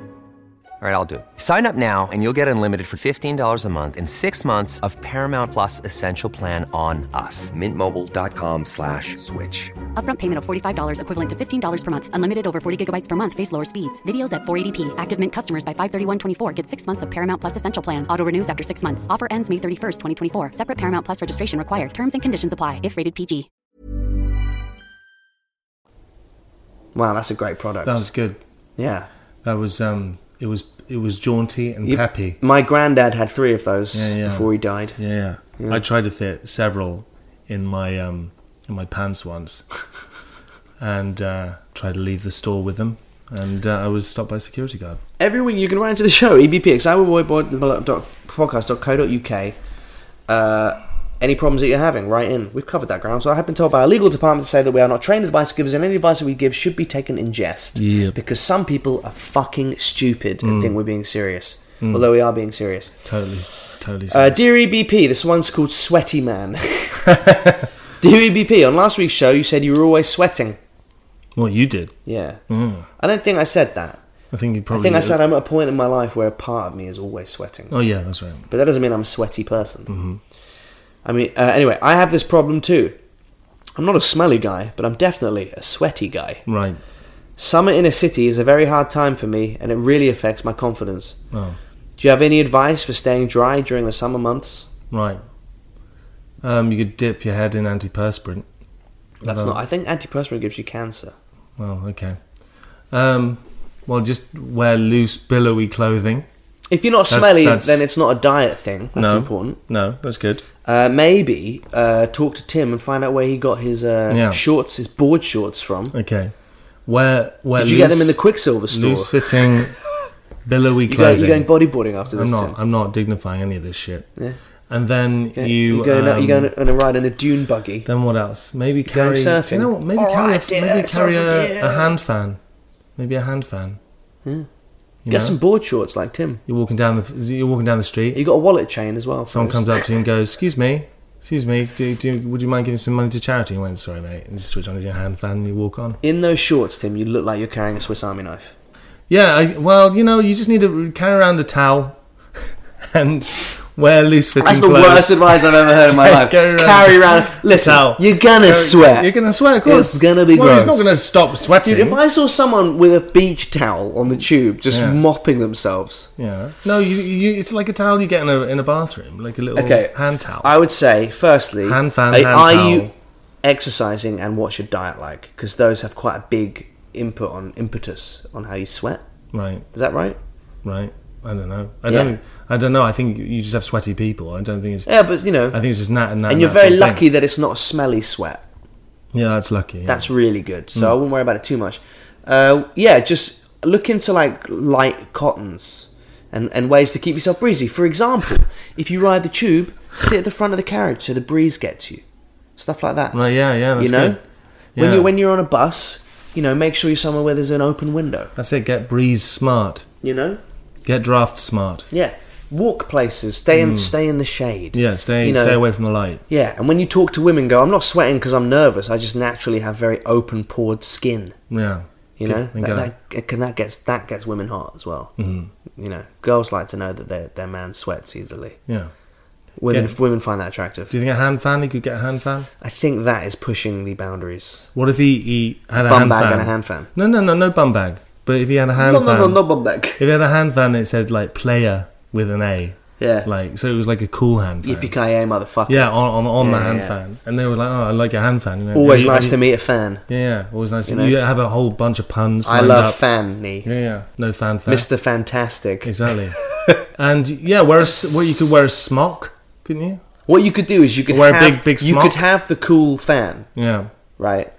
Speaker 4: All right, I'll do it. Sign up now and you'll get unlimited for $15 a month in six months of Paramount Plus Essential Plan on us. Mintmobile.com slash switch.
Speaker 5: Upfront payment of $45 equivalent to $15 per month. Unlimited over 40 gigabytes per month. Face lower speeds. Videos at 480p. Active Mint customers by 531.24 get six months of Paramount Plus Essential Plan. Auto renews after six months. Offer ends May 31st, 2024. Separate Paramount Plus registration required. Terms and conditions apply if rated PG.
Speaker 3: Wow, that's a great product.
Speaker 2: That was good.
Speaker 3: yeah.
Speaker 2: That was um, it was it was jaunty and
Speaker 3: You-
Speaker 2: peppy.
Speaker 3: My granddad had three of those
Speaker 2: Yeah, yeah.
Speaker 3: before he died.
Speaker 2: Yeah. I tried to fit several in my um, in my pants once, and uh, tried to leave the store with them, and uh, I was stopped by a security guard.
Speaker 3: Every week you can write into the show, E ebpxhourboypodcast.co.uk. Uh, any problems that you're having, write in. We've covered that ground. So I have been told by our legal department to say that we are not trained advice givers, and any advice that we give should be taken in jest.
Speaker 2: Yep. Mm.
Speaker 3: Because some people are fucking stupid and think we're being serious, although we are being serious.
Speaker 2: Totally, totally.
Speaker 3: Uh,
Speaker 2: sorry.
Speaker 3: Dear EBP, this one's called Sweaty
Speaker 2: <laughs>
Speaker 3: Man. <laughs> Dear EBP, on last week's show you said you were always sweating.
Speaker 2: well, you did. Mm.
Speaker 3: Yeah. I don't think I said that.
Speaker 2: I think you
Speaker 3: I
Speaker 2: probably.
Speaker 3: think I said I'm at a point in my life where a part of me is always sweating.
Speaker 2: <laughs> Oh yeah, that's right.
Speaker 3: But that doesn't mean I'm a sweaty person.
Speaker 2: Mm-hmm.
Speaker 3: I mean, uh, anyway, I have this problem too. I'm not a smelly guy, but I'm definitely a sweaty guy.
Speaker 2: Right.
Speaker 3: Summer in a city is a very hard time for me, and it really affects my confidence.
Speaker 2: Oh.
Speaker 3: Do you have any advice for staying dry during the summer months?
Speaker 2: Right. Um, you could dip your head in antiperspirant.
Speaker 3: That's not. I think antiperspirant gives you cancer.
Speaker 2: Well, okay. Um, well, just wear loose, billowy clothing.
Speaker 3: If you're not
Speaker 2: That's-
Speaker 3: smelly,
Speaker 2: that's-
Speaker 3: then it's not a diet thing. That's
Speaker 2: no.
Speaker 3: important.
Speaker 2: No, that's good.
Speaker 3: Uh, maybe uh, talk to Tim and find out where he got his uh,
Speaker 2: Yeah.
Speaker 3: shorts, his board shorts from.
Speaker 2: Okay. Wear wear.
Speaker 3: Did you get them in the
Speaker 2: loose-
Speaker 3: Quicksilver store?
Speaker 2: Loose fitting, billowy
Speaker 3: <laughs> You go,
Speaker 2: clothing.
Speaker 3: you're going bodyboarding after
Speaker 2: I'm
Speaker 3: this,
Speaker 2: not.
Speaker 3: Tim.
Speaker 2: I'm not dignifying any of this shit.
Speaker 3: Yeah.
Speaker 2: And then
Speaker 3: Yeah,
Speaker 2: you.
Speaker 3: you're going, out-
Speaker 2: um,
Speaker 3: you're going on a ride in a dune buggy.
Speaker 2: Then what else? Maybe
Speaker 3: going
Speaker 2: carry. Do
Speaker 3: surfing.
Speaker 2: you know what? Maybe
Speaker 3: All
Speaker 2: carry,
Speaker 3: right,
Speaker 2: a,
Speaker 3: dear,
Speaker 2: maybe carry
Speaker 3: surfing,
Speaker 2: a,
Speaker 3: dear.
Speaker 2: a hand fan. Maybe a hand fan. You
Speaker 3: Get
Speaker 2: know?
Speaker 3: some board shorts like Tim.
Speaker 2: You're walking down the. You're walking down the street.
Speaker 3: You got a wallet chain as well.
Speaker 2: Someone
Speaker 3: suppose.
Speaker 2: comes up to you and goes, "Excuse me, excuse me, do, do, would you mind giving some money to charity?" And you went, "Sorry, mate," and you switch on your hand fan and you walk on.
Speaker 3: in those shorts, Tim. You look like you're carrying a Swiss Army knife.
Speaker 2: Yeah, I, well, you know, you just need to carry around a towel <laughs> and wear loose fitting
Speaker 3: That's
Speaker 2: clothes.
Speaker 3: the worst advice I've ever heard in my
Speaker 2: <laughs> Go-
Speaker 3: life.
Speaker 2: go around-
Speaker 3: Carry around. Listen,
Speaker 2: Towel.
Speaker 3: you're gonna
Speaker 2: Carry-
Speaker 3: sweat.
Speaker 2: You're gonna sweat, of course.
Speaker 3: It's gonna be
Speaker 2: well,
Speaker 3: gross.
Speaker 2: It's not gonna stop sweating.
Speaker 3: Dude, if I saw someone with a beach towel on the tube just
Speaker 2: Yeah.
Speaker 3: mopping themselves,
Speaker 2: yeah. No, you, you, it's like a towel you get in a in a bathroom, like a little
Speaker 3: okay,
Speaker 2: hand towel.
Speaker 3: I would say, firstly,
Speaker 2: Hand fan,
Speaker 3: are,
Speaker 2: hand
Speaker 3: are
Speaker 2: towel.
Speaker 3: you exercising and what's your diet like? Because those have quite a big input on impetus on how you sweat.
Speaker 2: right,
Speaker 3: Is that right?
Speaker 2: right. I don't know. I
Speaker 3: Yeah.
Speaker 2: don't. I don't know. I think you just have sweaty people. I don't think it's.
Speaker 3: Yeah, but you know,
Speaker 2: I think it's just nat and nat.
Speaker 3: and you're
Speaker 2: natural
Speaker 3: very
Speaker 2: thing.
Speaker 3: lucky that it's not a smelly sweat.
Speaker 2: Yeah, that's lucky. yeah. Mm.
Speaker 3: That's really good. So I wouldn't worry about it too much. Uh, yeah, just look into like light cottons and, and ways to keep yourself breezy. For example, if you ride the tube, sit at the front of the carriage so the breeze gets you. Stuff like that.
Speaker 2: Well, yeah, yeah, that's
Speaker 3: you know,
Speaker 2: good.
Speaker 3: when
Speaker 2: Yeah.
Speaker 3: you when you're on a bus, you know, make sure you're somewhere where there's an open window.
Speaker 2: That's it. Get breeze smart.
Speaker 3: You know,
Speaker 2: Get draft smart.
Speaker 3: yeah. Walk places. Stay
Speaker 2: Hmm.
Speaker 3: in stay in the shade.
Speaker 2: Yeah, stay
Speaker 3: You know,
Speaker 2: stay away from the light.
Speaker 3: Yeah, and when you talk to women, go, I'm not sweating because I'm nervous. I just naturally have very open pored skin.
Speaker 2: Yeah,
Speaker 3: You
Speaker 2: Get-
Speaker 3: know,
Speaker 2: and go. Mm-hmm.
Speaker 3: that, that, can that gets that gets women hot as well. Mm. You know, girls like to know that their their man sweats easily.
Speaker 2: yeah.
Speaker 3: Women
Speaker 2: Yeah.
Speaker 3: women find that attractive.
Speaker 2: Do you think a hand fan? He could get a hand fan.
Speaker 3: I think that is pushing the boundaries.
Speaker 2: What if he, he had a
Speaker 3: Bum
Speaker 2: hand
Speaker 3: bag
Speaker 2: fan?
Speaker 3: and a hand fan.
Speaker 2: No, no, no, no bum bag. But if he had a hand
Speaker 3: no,
Speaker 2: fan,
Speaker 3: no, no, no, bum back.
Speaker 2: if he had a hand fan, it said like player with an A.
Speaker 3: Yeah, like
Speaker 2: Like so, it was like a cool hand fan.
Speaker 3: yippee ki yay, motherfucker.
Speaker 2: yeah, on on, on the
Speaker 3: Yeah,
Speaker 2: hand
Speaker 3: yeah.
Speaker 2: fan, and they were like, "Oh, I like your hand fan." You know,
Speaker 3: always
Speaker 2: you-
Speaker 3: nice
Speaker 2: you-
Speaker 3: to meet a fan.
Speaker 2: Yeah, yeah, always nice.
Speaker 3: You
Speaker 2: You,
Speaker 3: know?
Speaker 2: you have a whole bunch of puns.
Speaker 3: I
Speaker 2: lined
Speaker 3: love
Speaker 2: up.
Speaker 3: Fanny,
Speaker 2: Yeah, yeah, no fan fan.
Speaker 3: Mister Fantastic.
Speaker 2: Exactly. <laughs> and yeah, wear a s well, you could wear a smock, couldn't you?
Speaker 3: What you could do is you could
Speaker 2: Wear a
Speaker 3: have,
Speaker 2: big, big
Speaker 3: you
Speaker 2: smock.
Speaker 3: could have the cool fan,
Speaker 2: Yeah,
Speaker 3: right?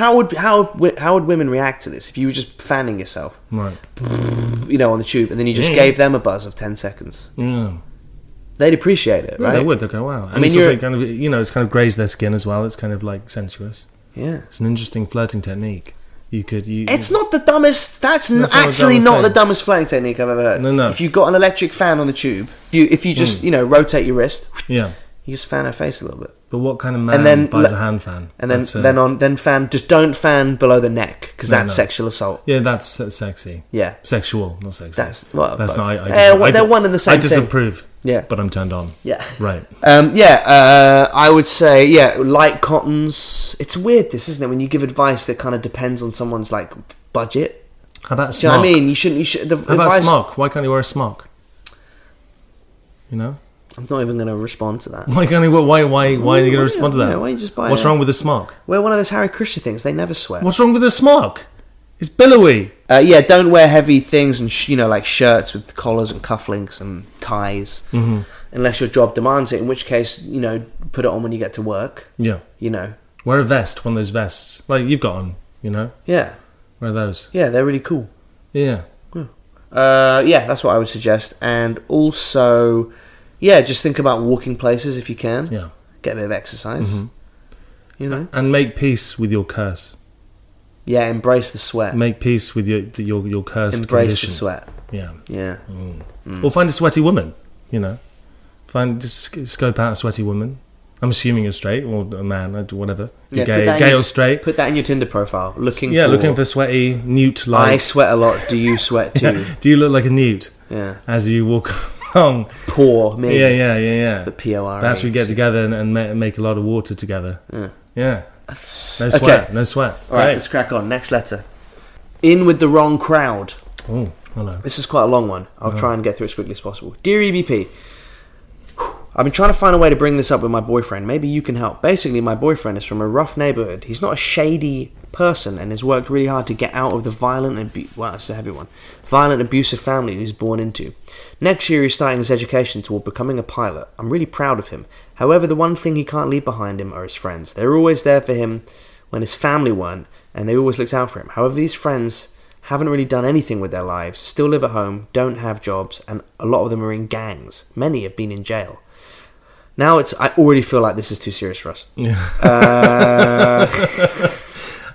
Speaker 3: How would how would- how would women react to this if you were just fanning yourself,
Speaker 2: right.
Speaker 3: you know, on the tube, and then you just
Speaker 2: Yeah.
Speaker 3: gave them a buzz of ten seconds?
Speaker 2: Yeah,
Speaker 3: They'd appreciate it,
Speaker 2: Yeah,
Speaker 3: right?
Speaker 2: they would. They'd go, wow. And
Speaker 3: mean,
Speaker 2: it's also
Speaker 3: you're-
Speaker 2: kind of, you know, it's kind of graze their skin as well. It's kind of like sensuous.
Speaker 3: Yeah.
Speaker 2: It's an interesting flirting technique. You could, you.
Speaker 3: It's not the dumbest. That's, n-
Speaker 2: That's not the
Speaker 3: actually
Speaker 2: dumbest
Speaker 3: not
Speaker 2: thing.
Speaker 3: the dumbest flying technique I've ever heard.
Speaker 2: No, no. Hmm.
Speaker 3: If you've got an electric fan on the tube, you if you just you know rotate your wrist,
Speaker 2: Yeah.
Speaker 3: you just fan her face a little bit,
Speaker 2: But what kind of man
Speaker 3: then
Speaker 2: buys
Speaker 3: le-
Speaker 2: a hand fan?
Speaker 3: and then
Speaker 2: That's, uh,
Speaker 3: then on then fan. Just don't fan below the neck because
Speaker 2: No,
Speaker 3: that's
Speaker 2: no.
Speaker 3: sexual assault.
Speaker 2: Yeah, that's uh, sexy.
Speaker 3: Yeah.
Speaker 2: Sexual, not sexy.
Speaker 3: That's- well,
Speaker 2: that's
Speaker 3: both.
Speaker 2: not. I, I
Speaker 3: Eh,
Speaker 2: dis-
Speaker 3: well,
Speaker 2: I
Speaker 3: they're
Speaker 2: di-
Speaker 3: one and the same
Speaker 2: I
Speaker 3: thing.
Speaker 2: disapprove.
Speaker 3: Yeah.
Speaker 2: But I'm turned on.
Speaker 3: Yeah.
Speaker 2: Right.
Speaker 3: Um, yeah, uh, I would say yeah, light cottons. advice. It's weird, this isn't it? When you give advice that kind of depends on someone's like budget.
Speaker 2: How about
Speaker 3: Do you know
Speaker 2: smock?
Speaker 3: what I mean? You shouldn't. You should. The
Speaker 2: How about
Speaker 3: advice,
Speaker 2: smock? Why can't he wear a smock? You know,
Speaker 3: I'm not even going to respond to that.
Speaker 2: why can't he? wear- Why? Why? Why are you going to
Speaker 3: Why-
Speaker 2: respond to
Speaker 3: yeah,
Speaker 2: that?
Speaker 3: why you just buy
Speaker 2: What's
Speaker 3: a-
Speaker 2: wrong with the smock?
Speaker 3: Wear one of those Harry Krishna things. They never sweat.
Speaker 2: What's wrong with the smock? It's billowy.
Speaker 3: Uh, yeah, don't wear heavy things and sh- you know like shirts with collars and cufflinks and ties,
Speaker 2: Mm-hmm.
Speaker 3: unless your job demands it. In which case, you know, put it on when you get to work.
Speaker 2: Yeah.
Speaker 3: You know,
Speaker 2: Wear a vest, one of those vests like you've got on. You know,
Speaker 3: yeah,
Speaker 2: wear those.
Speaker 3: yeah, they're really cool.
Speaker 2: Yeah.
Speaker 3: Uh, yeah, that's what I would suggest. And also, yeah, just think about walking places if you can.
Speaker 2: Yeah. Mm-hmm.
Speaker 3: Get a bit of exercise. You know,
Speaker 2: And make peace with your curse.
Speaker 3: yeah, embrace the sweat.
Speaker 2: Make peace with your your your cursed
Speaker 3: embrace
Speaker 2: condition.
Speaker 3: the sweat. Hmm.
Speaker 2: Yeah.
Speaker 3: Yeah,
Speaker 2: Or find a sweaty woman, you know. Find just sc- scope out a sweaty woman. I'm assuming you're straight or a man, or whatever.
Speaker 3: yeah put that
Speaker 2: You're gay,
Speaker 3: in
Speaker 2: gay
Speaker 3: your-
Speaker 2: or straight.
Speaker 3: Put that in your Tinder profile. Looking,
Speaker 2: yeah,
Speaker 3: for,
Speaker 2: looking for sweaty newt
Speaker 3: I
Speaker 2: like.
Speaker 3: sweat a lot. Do you
Speaker 2: <laughs>
Speaker 3: sweat too?
Speaker 2: Do you look like a newt
Speaker 3: yeah.
Speaker 2: as you walk <laughs> along?
Speaker 3: Poor me.
Speaker 2: Yeah, yeah, yeah, yeah.
Speaker 3: But P.O.R.E..
Speaker 2: Perhaps we get together and, and ma- make a lot of water together. Yeah. No sweat. No sweat.
Speaker 3: All right,
Speaker 2: Great.
Speaker 3: let's crack on. Next letter. In with the wrong crowd.
Speaker 2: Oh, hello.
Speaker 3: This is quite a long one.
Speaker 2: Uh-huh.
Speaker 3: I'll try and get through as quickly as possible. Dear E EBP, whew, I've been trying to find a way to bring this up with my boyfriend. Maybe you can help. Basically, my boyfriend is from a rough neighborhood. He's not a shady person and has worked really hard to get out of the violent and abu- wow, that's a heavy one. Violent, abusive family he was born into. Next year, he's starting his education toward becoming a pilot. I'm really proud of him. However, the one thing he can't leave behind him are his friends. They're always there for him when his family weren't, and they always looked out for him. However, these friends haven't really done anything with their lives, still live at home, don't have jobs, and a lot of them are in gangs. Many have been in jail. Now it's. I already feel like this is too serious for us.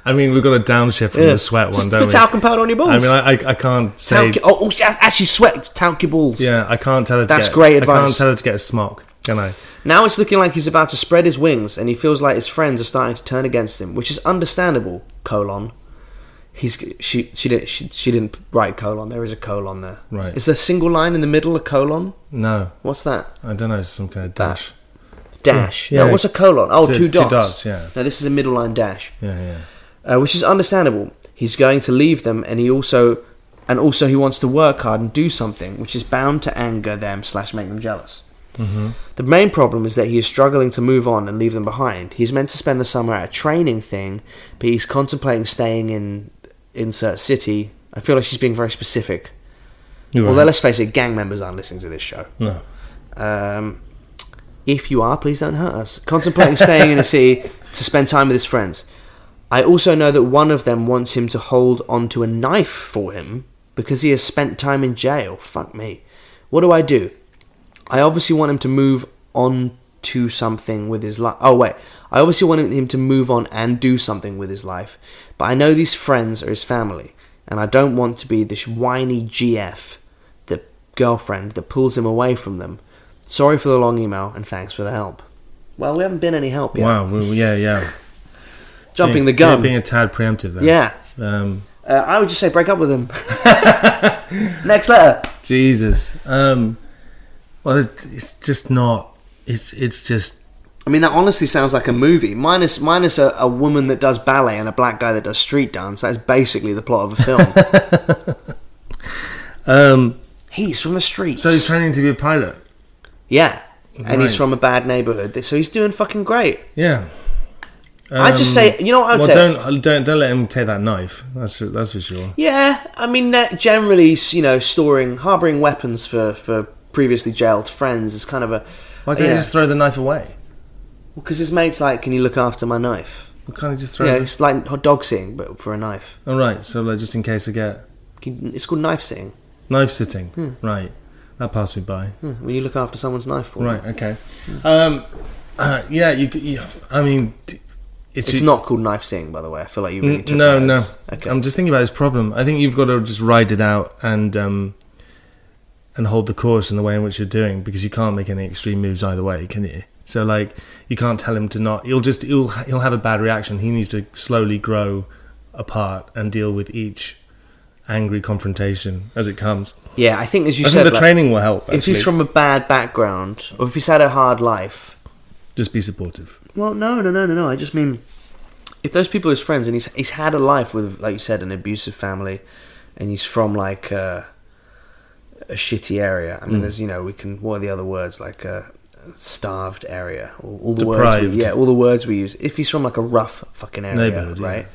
Speaker 2: I mean, we've got a downshift from
Speaker 3: Yeah.
Speaker 2: the sweat one,
Speaker 3: Just
Speaker 2: don't
Speaker 3: put
Speaker 2: we?
Speaker 3: talcum powder on your
Speaker 2: I
Speaker 3: balls.
Speaker 2: mean, I, I, I can't say.
Speaker 3: Talc- oh, oh, yeah, actually, sweat. Talc your balls.
Speaker 2: Yeah, I can't tell her. To
Speaker 3: That's
Speaker 2: get,
Speaker 3: great
Speaker 2: I can't
Speaker 3: advice.
Speaker 2: tell her to get a smock, can I?
Speaker 3: Now it's looking like he's about to spread his wings, and he feels like his friends are starting to turn against him, which is understandable. Colon. He's she she didn't she, she didn't write colon. There is a colon there.
Speaker 2: Right.
Speaker 3: Is there a single line in the middle a colon?
Speaker 2: No,
Speaker 3: What's that?
Speaker 2: I don't know. Some kind of dash.
Speaker 3: dash.
Speaker 2: Yeah.
Speaker 3: No, what's a colon? Oh,
Speaker 2: Two-
Speaker 3: two
Speaker 2: two
Speaker 3: dots.
Speaker 2: dots, yeah.
Speaker 3: No, this is a middle line dash,
Speaker 2: Yeah, yeah.
Speaker 3: uh, which is understandable. He's going to leave them, and he also, and also he wants to work hard and do something, which is bound to anger them slash make them jealous. The main problem is that he is struggling to move on and leave them behind. He's meant to spend the summer at a training thing, but he's contemplating staying in insert city. I feel like she's being very specific.
Speaker 2: You're
Speaker 3: Although
Speaker 2: right.
Speaker 3: let's face it, gang members aren't listening to this show.
Speaker 2: No.
Speaker 3: Um, if you are, please don't hurt us. Contemplating staying in a city to spend time with his friends. I also know that one of them wants him to hold onto a knife for him because he has spent time in jail. Fuck me. What do I do? I obviously want him to move on to something with his life. Oh wait, I obviously want him to move on and do something with his life, but I know these friends are his family, and I don't want to be this whiny GF, the girlfriend that pulls him away from them. Sorry for the long email, and thanks for the help. Well, we haven't been any help yet.
Speaker 2: Wow. Well, yeah, yeah.
Speaker 3: Jumping
Speaker 2: Being-
Speaker 3: the gun.
Speaker 2: yeah, Being a tad preemptive there.
Speaker 3: yeah.
Speaker 2: Um,
Speaker 3: Uh, I would just say break up with
Speaker 2: <laughs>
Speaker 3: him. Next letter.
Speaker 2: Jesus. Um, well, it's, it's just not. It's it's just. <laughs>
Speaker 3: I mean, that honestly sounds like a movie. Minus minus a, a woman that does ballet and a black guy that does street dance. That is basically the plot of a
Speaker 2: <laughs>
Speaker 3: film.
Speaker 2: Um,
Speaker 3: he's from the streets.
Speaker 2: so he's training to be a pilot.
Speaker 3: yeah, and he's
Speaker 2: Right.
Speaker 3: from a bad neighborhood. So he's doing fucking great.
Speaker 2: Yeah.
Speaker 3: I just
Speaker 2: Um,
Speaker 3: say, you know what I would
Speaker 2: Well,
Speaker 3: say?
Speaker 2: don't uh, don't don't let him take that knife. That's that's for sure.
Speaker 3: Yeah, I mean, that generally, s- you know, storing harboring weapons for for previously jailed friends is kind of a
Speaker 2: Why can't
Speaker 3: you
Speaker 2: he just throw the knife away?
Speaker 3: because his mate's like, "Can you look after my knife?"
Speaker 2: Why can't he just throw?
Speaker 3: Yeah,
Speaker 2: it?
Speaker 3: it's like hot dog sitting, but for a knife.
Speaker 2: All right. So like, just in case I get
Speaker 3: Can- It's called knife sitting
Speaker 2: knife sitting.
Speaker 3: Hmm.
Speaker 2: Right. That passed me by.
Speaker 3: when you look after someone's knife. For them.
Speaker 2: Right. Okay. Um, uh, yeah. You, c- you. I mean, d- it's,
Speaker 3: It's
Speaker 2: you-
Speaker 3: not called knife sitting, by the way. I feel like you really
Speaker 2: N-
Speaker 3: took
Speaker 2: no,
Speaker 3: that
Speaker 2: no.
Speaker 3: as- Okay.
Speaker 2: I'm just thinking about his problem. I think you've got to just ride it out and um, and hold the course in the way in which you're doing because you can't make any extreme moves either way, can you? So like, you can't tell him to not. He'll just he'll he'll have a bad reaction. He needs to slowly grow apart and deal with each angry confrontation as it comes.
Speaker 3: yeah, I think as you
Speaker 2: I
Speaker 3: said,
Speaker 2: think the
Speaker 3: like,
Speaker 2: training will help.
Speaker 3: if he's
Speaker 2: actually.
Speaker 3: from a bad background or if he's had a hard life,
Speaker 2: just be supportive.
Speaker 3: Well, no, no, no, no, no. I just mean if those people are his friends and he's he's had a life with, like you said, an abusive family, and he's from like uh, a shitty area. I
Speaker 2: Hmm.
Speaker 3: mean, there's you know we can what are the other words like a starved area? All, all the words,
Speaker 2: Deprived.
Speaker 3: we, yeah, all the words we use. If he's from like a rough fucking area,
Speaker 2: Neighborhood, yeah.
Speaker 3: right?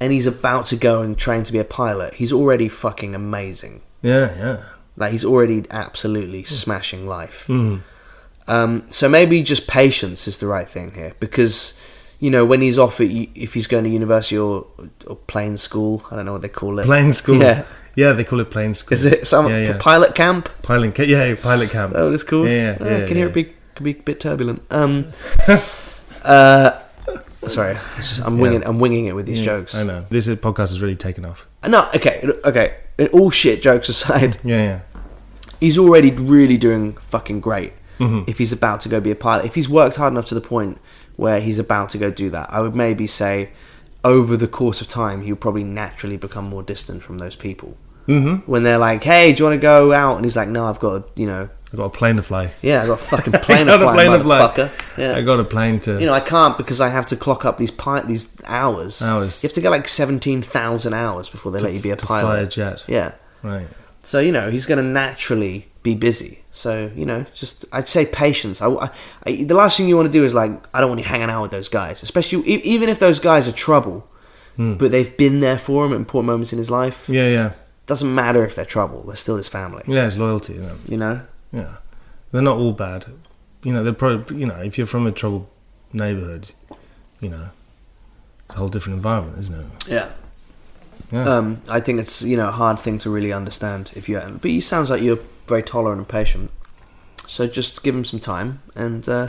Speaker 3: And he's about to go and train to be a pilot. He's already fucking amazing.
Speaker 2: Yeah, yeah.
Speaker 3: Like he's already absolutely
Speaker 2: Hmm.
Speaker 3: smashing life. Um, so maybe just patience is the right thing here because you know when he's off at, u- if he's going to university or, or plain school, I don't know what they call it.
Speaker 2: Plane school.
Speaker 3: Yeah.
Speaker 2: Yeah. they call it plane school.
Speaker 3: Is it some
Speaker 2: Yeah, yeah.
Speaker 3: pilot camp?
Speaker 2: Pilot ca- yeah, pilot camp.
Speaker 3: Oh, it's called.
Speaker 2: Yeah, yeah,
Speaker 3: Ah,
Speaker 2: yeah,
Speaker 3: can hear it
Speaker 2: yeah.
Speaker 3: be can be a bit turbulent.
Speaker 2: <laughs>
Speaker 3: Um, uh, sorry, it's just- I'm winging. I'm winging it with these
Speaker 2: Yeah,
Speaker 3: jokes.
Speaker 2: I know. This podcast has really taken off.
Speaker 3: No, okay, okay. All shit jokes aside,
Speaker 2: Yeah, yeah.
Speaker 3: he's already really doing fucking great
Speaker 2: Mm-hmm.
Speaker 3: if he's about to go be a pilot. If he's worked hard enough to the point where he's about to go do that, I would maybe say over the course of time, he'll probably naturally become more distant from those people. Mm-hmm. When they're like, hey, do you want to go out? And he's like, no, I've got, to, you know,
Speaker 2: I got a plane to fly.
Speaker 3: yeah, I've got a
Speaker 2: <laughs>
Speaker 3: fucking <laughs>
Speaker 2: I
Speaker 3: plane to
Speaker 2: got a
Speaker 3: fly,
Speaker 2: plane to
Speaker 3: motherfucker.
Speaker 2: fly.
Speaker 3: Yeah.
Speaker 2: I got a plane to.
Speaker 3: you know, I can't because I have to clock up these pi- these hours.
Speaker 2: Hours.
Speaker 3: You have to get like 17,000 hours before they let you be a
Speaker 2: to
Speaker 3: pilot.
Speaker 2: fly a jet.
Speaker 3: Yeah.
Speaker 2: right.
Speaker 3: So you know he's going to naturally be busy. So you know, just I'd say patience. I, I- I- the last thing you want to do is like I don't want you hanging out with those guys, especially e- even if those guys are trouble, but they've been there for him at important moments in his life.
Speaker 2: Hmm. Yeah, yeah.
Speaker 3: Doesn't matter if they're trouble; they're still his family.
Speaker 2: Yeah, it's loyalty. You know.
Speaker 3: You know,
Speaker 2: Yeah, they're not all bad. You know, they're probably you know if you're from a troubled neighborhood, you know, it's a whole different environment, isn't it?
Speaker 3: yeah.
Speaker 2: Yeah.
Speaker 3: Um, I think it's you know a hard thing to really understand if you. But you sounds like you're very tolerant and patient. So just give him some time and uh,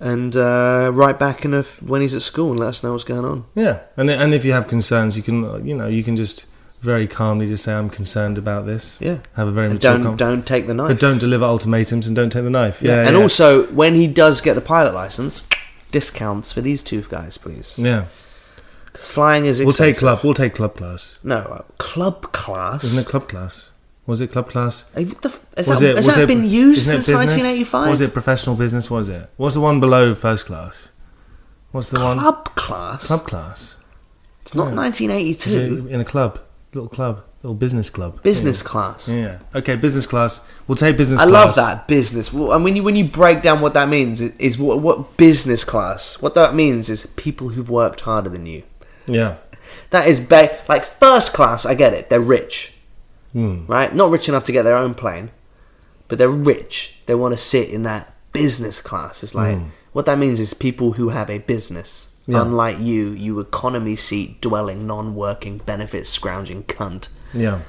Speaker 3: and uh, write back in a, when he's at school and let us know what's going on.
Speaker 2: Yeah, and and if you have concerns, you can uh, you know you can just very calmly just say I'm concerned about this.
Speaker 3: Yeah.
Speaker 2: have a very
Speaker 3: And
Speaker 2: mature
Speaker 3: don't
Speaker 2: con-
Speaker 3: don't take the knife.
Speaker 2: but don't deliver ultimatums and don't take the knife. Yeah,
Speaker 3: and
Speaker 2: yeah.
Speaker 3: also, when he does get the pilot license, discounts for these two guys, please.
Speaker 2: yeah,
Speaker 3: 'Cause flying is
Speaker 2: we'll
Speaker 3: expensive.
Speaker 2: take club. We'll take club class.
Speaker 3: No, uh, club class.
Speaker 2: Isn't it club class? Was it club class?
Speaker 3: Hey, what the f- has
Speaker 2: was
Speaker 3: that,
Speaker 2: it,
Speaker 3: has
Speaker 2: was
Speaker 3: that
Speaker 2: it-
Speaker 3: been used
Speaker 2: isn't it
Speaker 3: since
Speaker 2: business?
Speaker 3: 1985?
Speaker 2: Was it professional business? What is it? What's the one below first class? What's the one?
Speaker 3: club class?
Speaker 2: Club class.
Speaker 3: it's not
Speaker 2: yeah. Is
Speaker 3: 1982.
Speaker 2: it in a club, little club, little business club.
Speaker 3: Business
Speaker 2: Yeah.
Speaker 3: class.
Speaker 2: Yeah. Okay, business class. We'll take business.
Speaker 3: I love
Speaker 2: class.
Speaker 3: that business. Well, and when you when you break down what that means is, is what what business class. What that means is people who've worked harder than you.
Speaker 2: Yeah.
Speaker 3: That is ba- like first class. I get it. They're rich,
Speaker 2: Hmm.
Speaker 3: right? Not rich enough to get their own plane, but they're rich. They want to sit in that business class. It's like what that means is people who have a business.
Speaker 2: Yeah.
Speaker 3: Unlike you, you economy seat dwelling, non-working, benefits scrounging cunt.
Speaker 2: Yeah.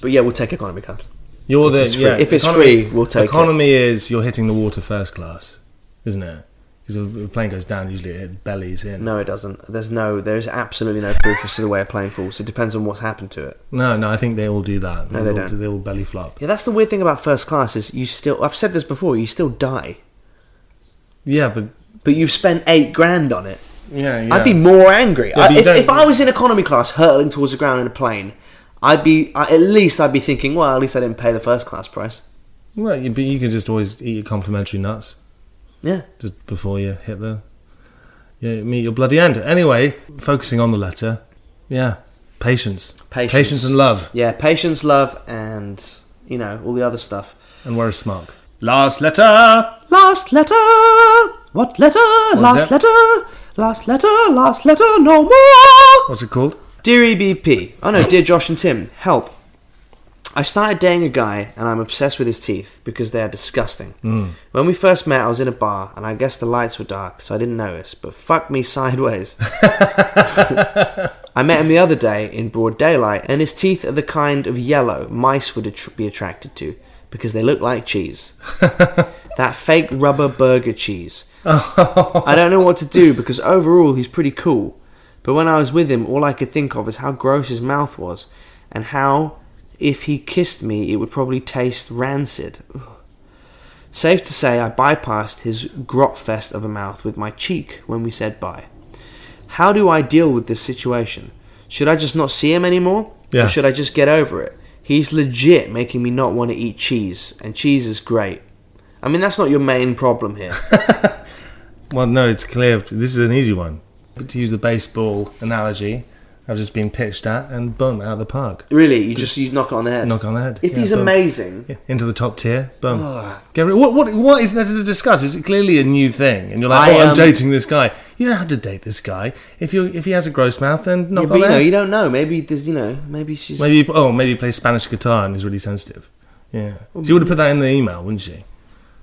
Speaker 3: But yeah, we'll take economy class.
Speaker 2: You're the
Speaker 3: it's free-
Speaker 2: yeah.
Speaker 3: if it's free, we'll take it.
Speaker 2: Economy is you're hitting the water first class, isn't it? Because if the plane goes down, usually it bellies in.
Speaker 3: No, it doesn't. There's no. There's absolutely no proof as to the way a plane falls. It depends on what's happened to it.
Speaker 2: no, no, I think they all do that.
Speaker 3: No, they
Speaker 2: all,
Speaker 3: don't.
Speaker 2: They all belly flop.
Speaker 3: Yeah, that's the weird thing about first class is you still. I've said this before. You still die,
Speaker 2: Yeah, but
Speaker 3: but you've spent eight grand on it.
Speaker 2: yeah, yeah.
Speaker 3: I'd be more angry.
Speaker 2: Yeah, but
Speaker 3: I,
Speaker 2: you
Speaker 3: if,
Speaker 2: don't-
Speaker 3: if I was in economy class hurtling towards the ground in a plane, I'd be I, at least I'd be thinking, well, at least I didn't pay the first class price.
Speaker 2: Well, you, but you can just always eat your complimentary nuts
Speaker 3: Yeah.
Speaker 2: just before you hit the yeah, meet your bloody end. Anyway, focusing on the letter, yeah, patience,
Speaker 3: Patience.
Speaker 2: patience and love,
Speaker 3: Yeah, patience, love, and you know all the other stuff.
Speaker 2: and wear a smock. Last letter.
Speaker 3: Last letter. What letter? last
Speaker 2: that?
Speaker 3: letter. Last letter. Last letter. No more.
Speaker 2: What's it called? <laughs>
Speaker 3: Dear EBP, oh no, dear Josh and Tim, help. I started dating a guy and I'm obsessed with his teeth because they are disgusting. When we first met, I was in a bar and I guess the lights were dark, so I didn't notice, but fuck me sideways. I met him the other day in broad daylight and his teeth are the kind of yellow mice would attr be attracted to because they look like cheese. that fake rubber burger cheese.
Speaker 2: Oh.
Speaker 3: I don't know what to do because overall he's pretty cool. But when I was with him, all I could think of is how gross his mouth was and how, if he kissed me, it would probably taste rancid. Ugh. Safe to say, I bypassed his grotfest of a mouth with my cheek when we said bye. How do I deal with this situation? Should I just not see him anymore?
Speaker 2: Yeah.
Speaker 3: Or should I just get over it? He's legit making me not want to eat cheese, and cheese is great. I mean, that's not your main problem here.
Speaker 2: Well, no, it's clear. This is an easy one. But to use the baseball analogy, I've just been pitched at and boom, out of the park.
Speaker 3: Really, you just you knock it on the head.
Speaker 2: Knock on the head.
Speaker 3: If
Speaker 2: Yeah,
Speaker 3: he's
Speaker 2: boom.
Speaker 3: amazing,
Speaker 2: Yeah, into the top tier, boom.
Speaker 3: Ah.
Speaker 2: Get rid- what, what, what is there to discuss? It's clearly a new thing, and you're like,
Speaker 3: I,
Speaker 2: "Oh, I'm
Speaker 3: um,
Speaker 2: dating this guy." You don't have to date this guy. If you if he has a gross mouth, then knock
Speaker 3: yeah,
Speaker 2: on
Speaker 3: but you
Speaker 2: the
Speaker 3: know,
Speaker 2: head.
Speaker 3: you don't know. Maybe there's, you know, maybe she's.
Speaker 2: Maybe he- oh, maybe he plays Spanish guitar and is really sensitive. Yeah, she would have put that in the email, wouldn't she?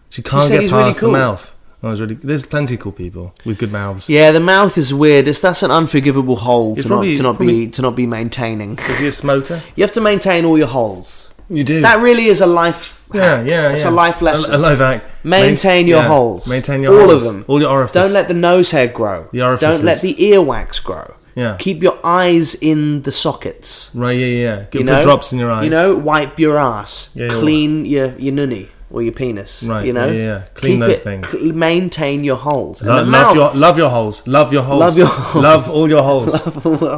Speaker 2: She can't
Speaker 3: Oh, said
Speaker 2: get
Speaker 3: he's
Speaker 2: past
Speaker 3: really cool.
Speaker 2: the mouth. Oh, it's really, there's plenty of cool people with good mouths.
Speaker 3: Yeah, the mouth is weird. It's that's an unforgivable hole
Speaker 2: It's
Speaker 3: to not,
Speaker 2: probably-
Speaker 3: to not
Speaker 2: probably-
Speaker 3: be to not be maintaining.
Speaker 2: Is he a smoker?
Speaker 3: You have to maintain all your holes.
Speaker 2: You do.
Speaker 3: That really is a life.
Speaker 2: yeah,
Speaker 3: hack.
Speaker 2: yeah,
Speaker 3: It's a
Speaker 2: yeah.
Speaker 3: life lesson.
Speaker 2: A, a life hack.
Speaker 3: Maintain
Speaker 2: Main-
Speaker 3: your
Speaker 2: yeah,
Speaker 3: holes.
Speaker 2: Maintain your
Speaker 3: all
Speaker 2: holes.
Speaker 3: of them.
Speaker 2: All your orifices.
Speaker 3: Don't let the nose hair grow.
Speaker 2: The orifices.
Speaker 3: Don't let the earwax grow.
Speaker 2: Yeah.
Speaker 3: Keep your eyes in the sockets.
Speaker 2: Right, yeah, yeah. Good,
Speaker 3: You
Speaker 2: put
Speaker 3: know,
Speaker 2: drops in your eyes.
Speaker 3: You know, wipe your ass.
Speaker 2: Yeah, yeah,
Speaker 3: clean your your nunny or your penis.
Speaker 2: Right,
Speaker 3: You know.
Speaker 2: yeah, yeah. Clean
Speaker 3: Keep
Speaker 2: those
Speaker 3: it-
Speaker 2: things.
Speaker 3: cl- maintain your holes. And
Speaker 2: Lo-
Speaker 3: the
Speaker 2: love
Speaker 3: mouth. <laughs>
Speaker 2: your love your holes. Love your holes.
Speaker 3: Love your holes.
Speaker 2: <laughs> Love all your
Speaker 3: <laughs>
Speaker 2: holes.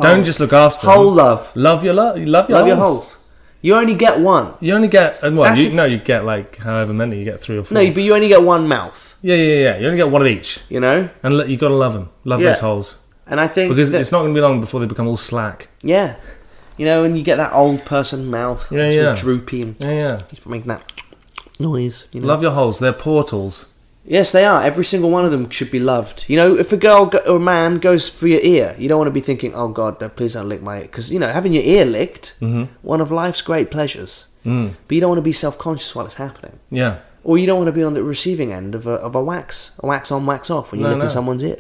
Speaker 2: Don't just look after them.
Speaker 3: Hole love.
Speaker 2: Love your love. Love your
Speaker 3: love your
Speaker 2: holes.
Speaker 3: holes. You only get one.
Speaker 2: You only get and what?
Speaker 3: That's
Speaker 2: You,
Speaker 3: it.
Speaker 2: no, you get like however many. You get three or four.
Speaker 3: No, but you only get one mouth.
Speaker 2: yeah, yeah, yeah. You only get one of each,
Speaker 3: You know.
Speaker 2: and look, you gotta love them. Love
Speaker 3: Yeah.
Speaker 2: those holes
Speaker 3: And I think
Speaker 2: because
Speaker 3: that-
Speaker 2: it's not gonna be long before they become all slack.
Speaker 3: Yeah. You know, and you get that old person mouth,
Speaker 2: Yeah,
Speaker 3: sort of
Speaker 2: yeah.
Speaker 3: droopy, and
Speaker 2: Yeah, yeah.
Speaker 3: just making that noise. You know?
Speaker 2: Love your holes. They're portals.
Speaker 3: Yes, they are. Every single one of them should be loved. You know, if a girl go- or a man goes for your ear, you don't want to be thinking, "Oh God, don't- please don't lick my," because you know, having your ear licked,
Speaker 2: Mm-hmm.
Speaker 3: one of life's great pleasures. Mm. But you don't want to be self-conscious while it's happening,
Speaker 2: Yeah.
Speaker 3: or you don't want to be on the receiving end of a, of a wax, a wax on, wax off when you're
Speaker 2: No,
Speaker 3: licking
Speaker 2: no. Mm.
Speaker 3: someone's ear.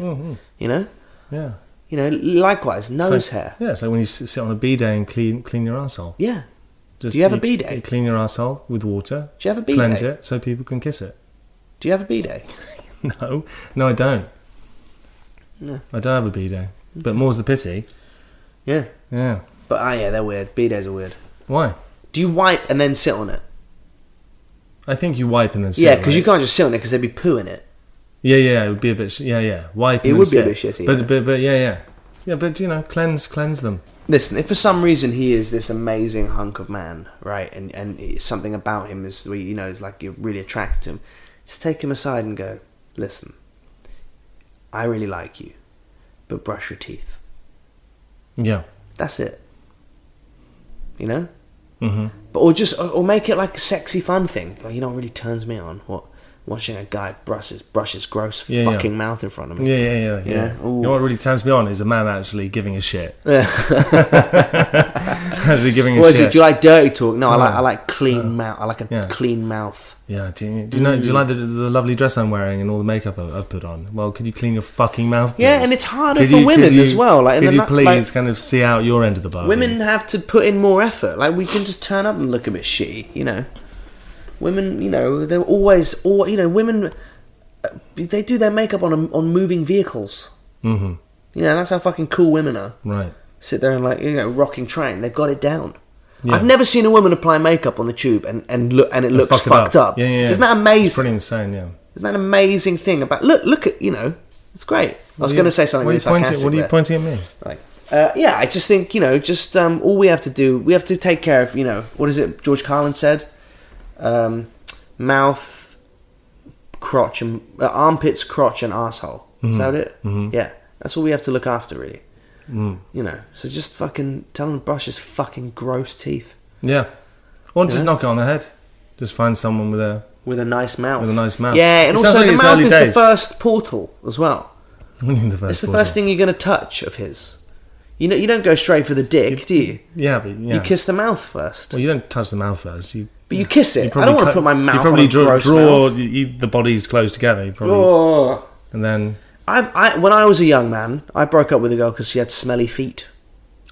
Speaker 3: You know,
Speaker 2: Yeah.
Speaker 3: you know. Likewise,
Speaker 2: It's
Speaker 3: nose
Speaker 2: like-
Speaker 3: hair.
Speaker 2: Yeah, it's like when you s- sit on a b day and clean clean your asshole.
Speaker 3: Yeah.
Speaker 2: Just
Speaker 3: Do you have a bidet?
Speaker 2: Clean your asshole with water.
Speaker 3: Do you have a bidet?
Speaker 2: Cleanse it so people can kiss it.
Speaker 3: Do you have a bidet?
Speaker 2: <laughs> No, no, I don't.
Speaker 3: No.
Speaker 2: I don't have a bidet. But more's the pity.
Speaker 3: Yeah.
Speaker 2: Yeah.
Speaker 3: But ah, yeah, they're weird. Bidets are weird.
Speaker 2: Why?
Speaker 3: Do you wipe and then sit on it?
Speaker 2: I think you wipe and then sit.
Speaker 3: Yeah, 'cause yeah, because
Speaker 2: right?
Speaker 3: you can't just sit on it because there'd be poo in it.
Speaker 2: Yeah, yeah, it would be a bit. Sh- yeah, yeah. Wipe.
Speaker 3: It
Speaker 2: and then
Speaker 3: would be a
Speaker 2: sit.
Speaker 3: bit shitty,
Speaker 2: But,
Speaker 3: yeah.
Speaker 2: but but yeah, yeah, yeah. But you know, cleanse cleanse them.
Speaker 3: Listen, if for some reason he is this amazing hunk of man, right, and and it's something about him is where you know is like you're really attracted to him, just take him aside and go, listen, I really like you, but brush your teeth.
Speaker 2: Yeah.
Speaker 3: That's it. You know. Mm-hmm. But or just or, or make it like a sexy fun thing. Like, you know, what really turns me on. What watching a guy brush his brush his gross
Speaker 2: Yeah, yeah.
Speaker 3: fucking mouth in front of me.
Speaker 2: Yeah, yeah, yeah, yeah.
Speaker 3: Yeah,
Speaker 2: You know
Speaker 3: ooh.
Speaker 2: what really turns me on is a man actually giving a shit. <laughs>
Speaker 3: <laughs>
Speaker 2: actually giving a
Speaker 3: What is
Speaker 2: shit. Oh.
Speaker 3: it? Do you like dirty talk? No, I like
Speaker 2: No.
Speaker 3: I like clean mouth. I like a
Speaker 2: Yeah.
Speaker 3: clean mouth.
Speaker 2: yeah. Do you, do you know? Do you like the, the lovely dress I'm wearing and all the makeup I've, I've put on? Well, could you clean your fucking mouth?
Speaker 3: Yeah,
Speaker 2: please?
Speaker 3: and it's harder
Speaker 2: Could
Speaker 3: for
Speaker 2: you- could
Speaker 3: women
Speaker 2: you-
Speaker 3: as well, like, in
Speaker 2: could
Speaker 3: the
Speaker 2: you
Speaker 3: na-
Speaker 2: please
Speaker 3: like-
Speaker 2: kind of see out your end of the bargain?
Speaker 3: Women have to put in more effort. Like we can just turn up and look a bit shitty, you know. Women, you know, they're always, all you know, women. uh, They do their makeup on a, on moving vehicles.
Speaker 2: hmm
Speaker 3: You know, that's how fucking cool women are.
Speaker 2: Right.
Speaker 3: Sit there and like you know, rocking train. They've got it down.
Speaker 2: Yeah.
Speaker 3: I've never seen a woman apply makeup on the tube and and look and it looks
Speaker 2: Fuck it
Speaker 3: fucked up.
Speaker 2: Yeah, yeah, yeah.
Speaker 3: Isn't that
Speaker 2: It's
Speaker 3: amazing?
Speaker 2: pretty insane. Yeah.
Speaker 3: Isn't that an amazing thing about look? Look at you know, it's great. I was going to say something
Speaker 2: What are
Speaker 3: really
Speaker 2: you pointing?
Speaker 3: sarcastic
Speaker 2: What are you
Speaker 3: there.
Speaker 2: pointing at me?
Speaker 3: Like, uh, yeah, I just think you know, just um, all we have to do, we have to take care of you know, what is it? George Carlin said, um, mouth, crotch, and uh, armpits, crotch, and asshole. Is that
Speaker 2: Mm-hmm.
Speaker 3: it? Yeah, that's all we have to look after, really.
Speaker 2: Mm.
Speaker 3: You know, so just fucking tell him to brush his fucking gross teeth
Speaker 2: Yeah. Or just
Speaker 3: Yeah.
Speaker 2: knock it on the head. Just find someone with a. <laughs>
Speaker 3: with a nice mouth.
Speaker 2: With a nice mouth.
Speaker 3: Yeah, and
Speaker 2: It sounds
Speaker 3: also
Speaker 2: like
Speaker 3: the
Speaker 2: it's
Speaker 3: mouth
Speaker 2: early
Speaker 3: is
Speaker 2: days.
Speaker 3: the first portal as well.
Speaker 2: What do you mean the first?
Speaker 3: It's the
Speaker 2: quarter?
Speaker 3: first thing you're going to touch of his. You know, you don't go straight for the dick, do you?
Speaker 2: Yeah, but yeah.
Speaker 3: You kiss the mouth first,
Speaker 2: Well, you don't touch the mouth first. You.
Speaker 3: but you kiss it. I
Speaker 2: probably
Speaker 3: don't want to
Speaker 2: cut-
Speaker 3: put my mouth
Speaker 2: You probably
Speaker 3: on a
Speaker 2: draw,
Speaker 3: gross
Speaker 2: draw
Speaker 3: mouth.
Speaker 2: you- you- the bodies close together. You probably,
Speaker 3: Oh.
Speaker 2: and then
Speaker 3: I've, I, when I was a young man, I broke up with a girl because she had smelly feet.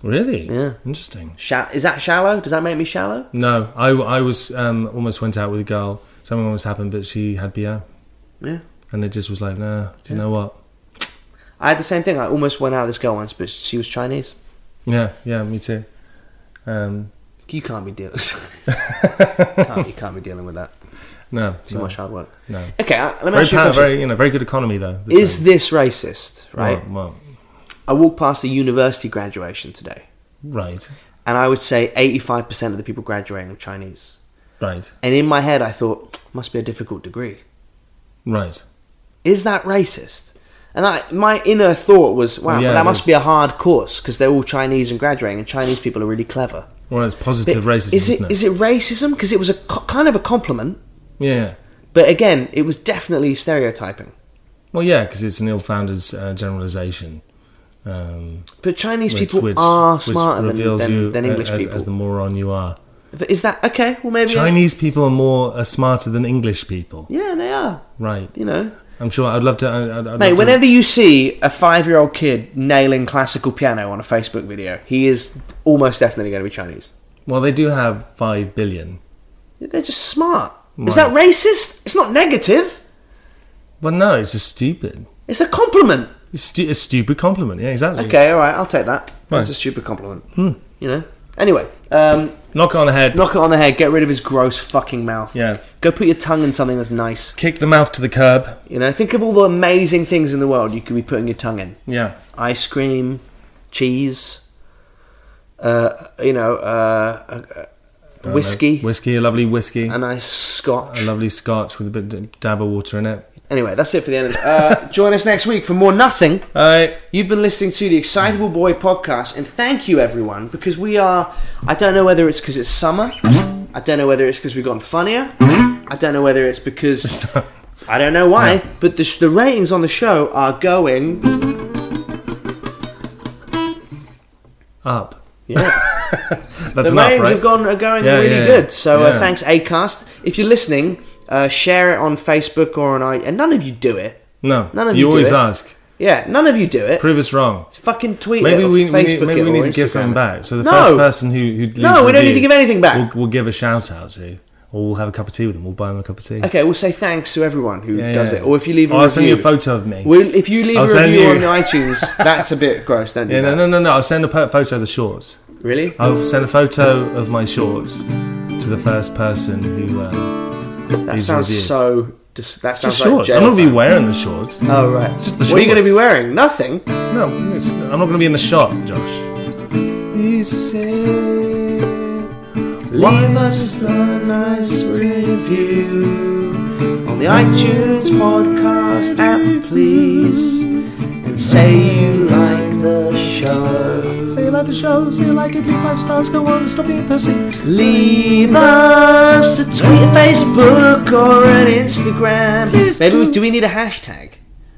Speaker 2: really,
Speaker 3: Yeah.
Speaker 2: interesting.
Speaker 3: Sha- is that shallow? Does that make me shallow?
Speaker 2: No, I, I was um, almost went out with a girl. Something almost happened, but she had BO,
Speaker 3: Yeah.
Speaker 2: and it just was like, nah. Do you know what?
Speaker 3: I had the same thing. I almost went out with this girl once, but she was Chinese.
Speaker 2: Yeah, yeah, me too. Um, <laughs>
Speaker 3: You can't be dealing. <laughs> can't, you can't be dealing with that.
Speaker 2: no,
Speaker 3: Too
Speaker 2: no,
Speaker 3: much hard work.
Speaker 2: No.
Speaker 3: Okay, I- let me
Speaker 2: Very,
Speaker 3: ask you a
Speaker 2: power,
Speaker 3: question.
Speaker 2: very, you know, very good economy though. the
Speaker 3: Is
Speaker 2: Chinese.
Speaker 3: this racist? Right.
Speaker 2: Well, well,
Speaker 3: I walked past a university graduation today.
Speaker 2: right,
Speaker 3: and I would say 85% of the people graduating were Chinese.
Speaker 2: right,
Speaker 3: And in my head, I thought, must be a difficult degree.
Speaker 2: right.
Speaker 3: Is that racist? And I, my inner thought was, wow,
Speaker 2: Yeah,
Speaker 3: well, that
Speaker 2: it
Speaker 3: must
Speaker 2: is.
Speaker 3: be a hard course because they're all Chinese and graduating, and Chinese people are really clever.
Speaker 2: Well, it's
Speaker 3: But
Speaker 2: positive racism,
Speaker 3: is
Speaker 2: isn't it?
Speaker 3: is it racism? Because it was a co- kind of a compliment,
Speaker 2: Yeah.
Speaker 3: but again, it was definitely stereotyping.
Speaker 2: Well, yeah, because it's an ill-founded uh, generalization. Um,
Speaker 3: But Chinese
Speaker 2: which-
Speaker 3: people
Speaker 2: which-
Speaker 3: are
Speaker 2: which
Speaker 3: smarter than,
Speaker 2: reveals
Speaker 3: than,
Speaker 2: you uh,
Speaker 3: than English
Speaker 2: as,
Speaker 3: people.
Speaker 2: As the moron you are,
Speaker 3: but is that okay? Well, maybe
Speaker 2: Chinese people are more are smarter than English people,
Speaker 3: Yeah, they are.
Speaker 2: right?
Speaker 3: You know,
Speaker 2: I'm sure. I'd love to. I'd, I'd love
Speaker 3: Mate,
Speaker 2: to-
Speaker 3: whenever you see a five-year-old kid nailing classical piano on a Facebook video, he is almost definitely going to be Chinese.
Speaker 2: well, they do have five billion.
Speaker 3: They're just smart. Is
Speaker 2: Right.
Speaker 3: that racist? It's not negative.
Speaker 2: Well, no, it's just stupid.
Speaker 3: It's a compliment.
Speaker 2: It's stu- a stupid compliment. Yeah, exactly.
Speaker 3: Okay, all right, I'll take that.
Speaker 2: Right. Hmm.
Speaker 3: That's a stupid compliment. You know. Anyway, um,
Speaker 2: Knock it on the head.
Speaker 3: knock it on the head. Get rid of his gross fucking mouth.
Speaker 2: Yeah.
Speaker 3: Go put your tongue in something that's nice.
Speaker 2: Kick the mouth to the curb.
Speaker 3: You know. Think of all the amazing things in the world you could be putting your tongue in.
Speaker 2: Yeah.
Speaker 3: ice cream, cheese, uh, you know, uh, a- a, whiskey,
Speaker 2: Whiskey. A lovely whiskey.
Speaker 3: a nice scotch.
Speaker 2: a lovely scotch with a bit of dab of water in it.
Speaker 3: anyway, that's it for the end. Of uh, <laughs> join us next week for more nothing.
Speaker 2: All right.
Speaker 3: You've been listening to the Excitable Boy podcast, and thank you everyone because we are. I don't know whether it's because it's summer. I don't know whether it's because we've gotten funnier. I don't know whether it's because I don't know why, but the, sh- the ratings on the show are going.
Speaker 2: Up.
Speaker 3: Yeah.
Speaker 2: That's
Speaker 3: the
Speaker 2: an up,
Speaker 3: ratings
Speaker 2: right?
Speaker 3: have gone are going
Speaker 2: Yeah,
Speaker 3: really
Speaker 2: yeah,
Speaker 3: good. So uh,
Speaker 2: yeah.
Speaker 3: thanks, Acast. If you're listening, uh, share it on Facebook or on I. And none of you do it.
Speaker 2: No.
Speaker 3: None of you
Speaker 2: you
Speaker 3: do
Speaker 2: always
Speaker 3: it.
Speaker 2: ask.
Speaker 3: Yeah, none of you do it.
Speaker 2: Prove us wrong.
Speaker 3: Fucking tweet
Speaker 2: Maybe
Speaker 3: it. Or
Speaker 2: we,
Speaker 3: Facebook
Speaker 2: we need, maybe
Speaker 3: it
Speaker 2: we
Speaker 3: or
Speaker 2: need to give
Speaker 3: Instagram
Speaker 2: something
Speaker 3: it.
Speaker 2: back. So the
Speaker 3: No!
Speaker 2: first person who, who leaves
Speaker 3: No,
Speaker 2: a
Speaker 3: we don't need to
Speaker 2: review,
Speaker 3: give anything back.
Speaker 2: We'll, we'll give a shout out to, or we'll have a cup of tea with them. We'll buy them a cup of tea.
Speaker 3: Okay, we'll say thanks to everyone who
Speaker 2: Yeah,
Speaker 3: does
Speaker 2: yeah.
Speaker 3: it. Or if you leave a
Speaker 2: Or I'll
Speaker 3: review,
Speaker 2: send you a photo of me.
Speaker 3: Well, if you leave
Speaker 2: I'll
Speaker 3: a
Speaker 2: send
Speaker 3: review
Speaker 2: you-
Speaker 3: on <laughs> iTunes, that's a bit gross. Don't do
Speaker 2: Yeah,
Speaker 3: that.
Speaker 2: no, no, no, no. I'll send a po- photo of the shorts.
Speaker 3: Really?
Speaker 2: I'll send a photo of my shorts to the first person who. Uh,
Speaker 3: that
Speaker 2: leaves a
Speaker 3: sounds
Speaker 2: review.
Speaker 3: so. Dis- that
Speaker 2: just
Speaker 3: sounds like
Speaker 2: shorts.
Speaker 3: jail
Speaker 2: I'm not gonna be
Speaker 3: time.
Speaker 2: wearing the shorts.
Speaker 3: Oh right.
Speaker 2: Just the
Speaker 3: what are you going to
Speaker 2: shorts.
Speaker 3: be wearing? Nothing.
Speaker 2: No, it's, I'm not gonna be in the shot, Josh. He said,
Speaker 3: Leave us a nice review on the iTunes podcast app, please. And say you like the show.
Speaker 2: "Say you like the show. Say you like it. Leave five stars. Go on. Stop being a pussy."
Speaker 3: Leave us a tweet, a Facebook, or an Instagram. Maybe we, do we need a hashtag?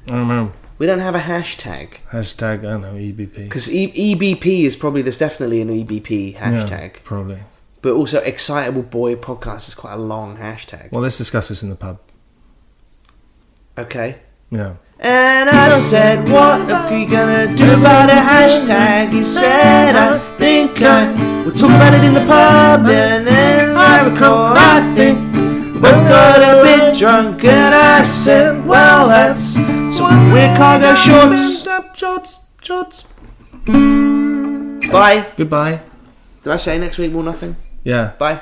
Speaker 2: I don't know.
Speaker 3: We don't have a hashtag
Speaker 2: Mm-hmm. Hashtag I don't know EBP.
Speaker 3: because e- EBP is probably there's definitely an EBP
Speaker 2: Yeah,
Speaker 3: hashtag,
Speaker 2: probably.
Speaker 3: but also Excitable Boy Podcast is quite a long hashtag.
Speaker 2: Well, let's discuss this in the pub.
Speaker 3: Okay.
Speaker 2: Yeah.
Speaker 3: And I said, What are we gonna do about a hashtag? He said, I think I will talk about it in the pub. And then I recall, I think we both got a bit drunk. And I said, Well, that's so we're cargo shorts.
Speaker 2: Shots. Shots.
Speaker 3: Bye.
Speaker 2: Goodbye.
Speaker 3: Did I say next week more nothing?
Speaker 2: Yeah.
Speaker 3: Bye.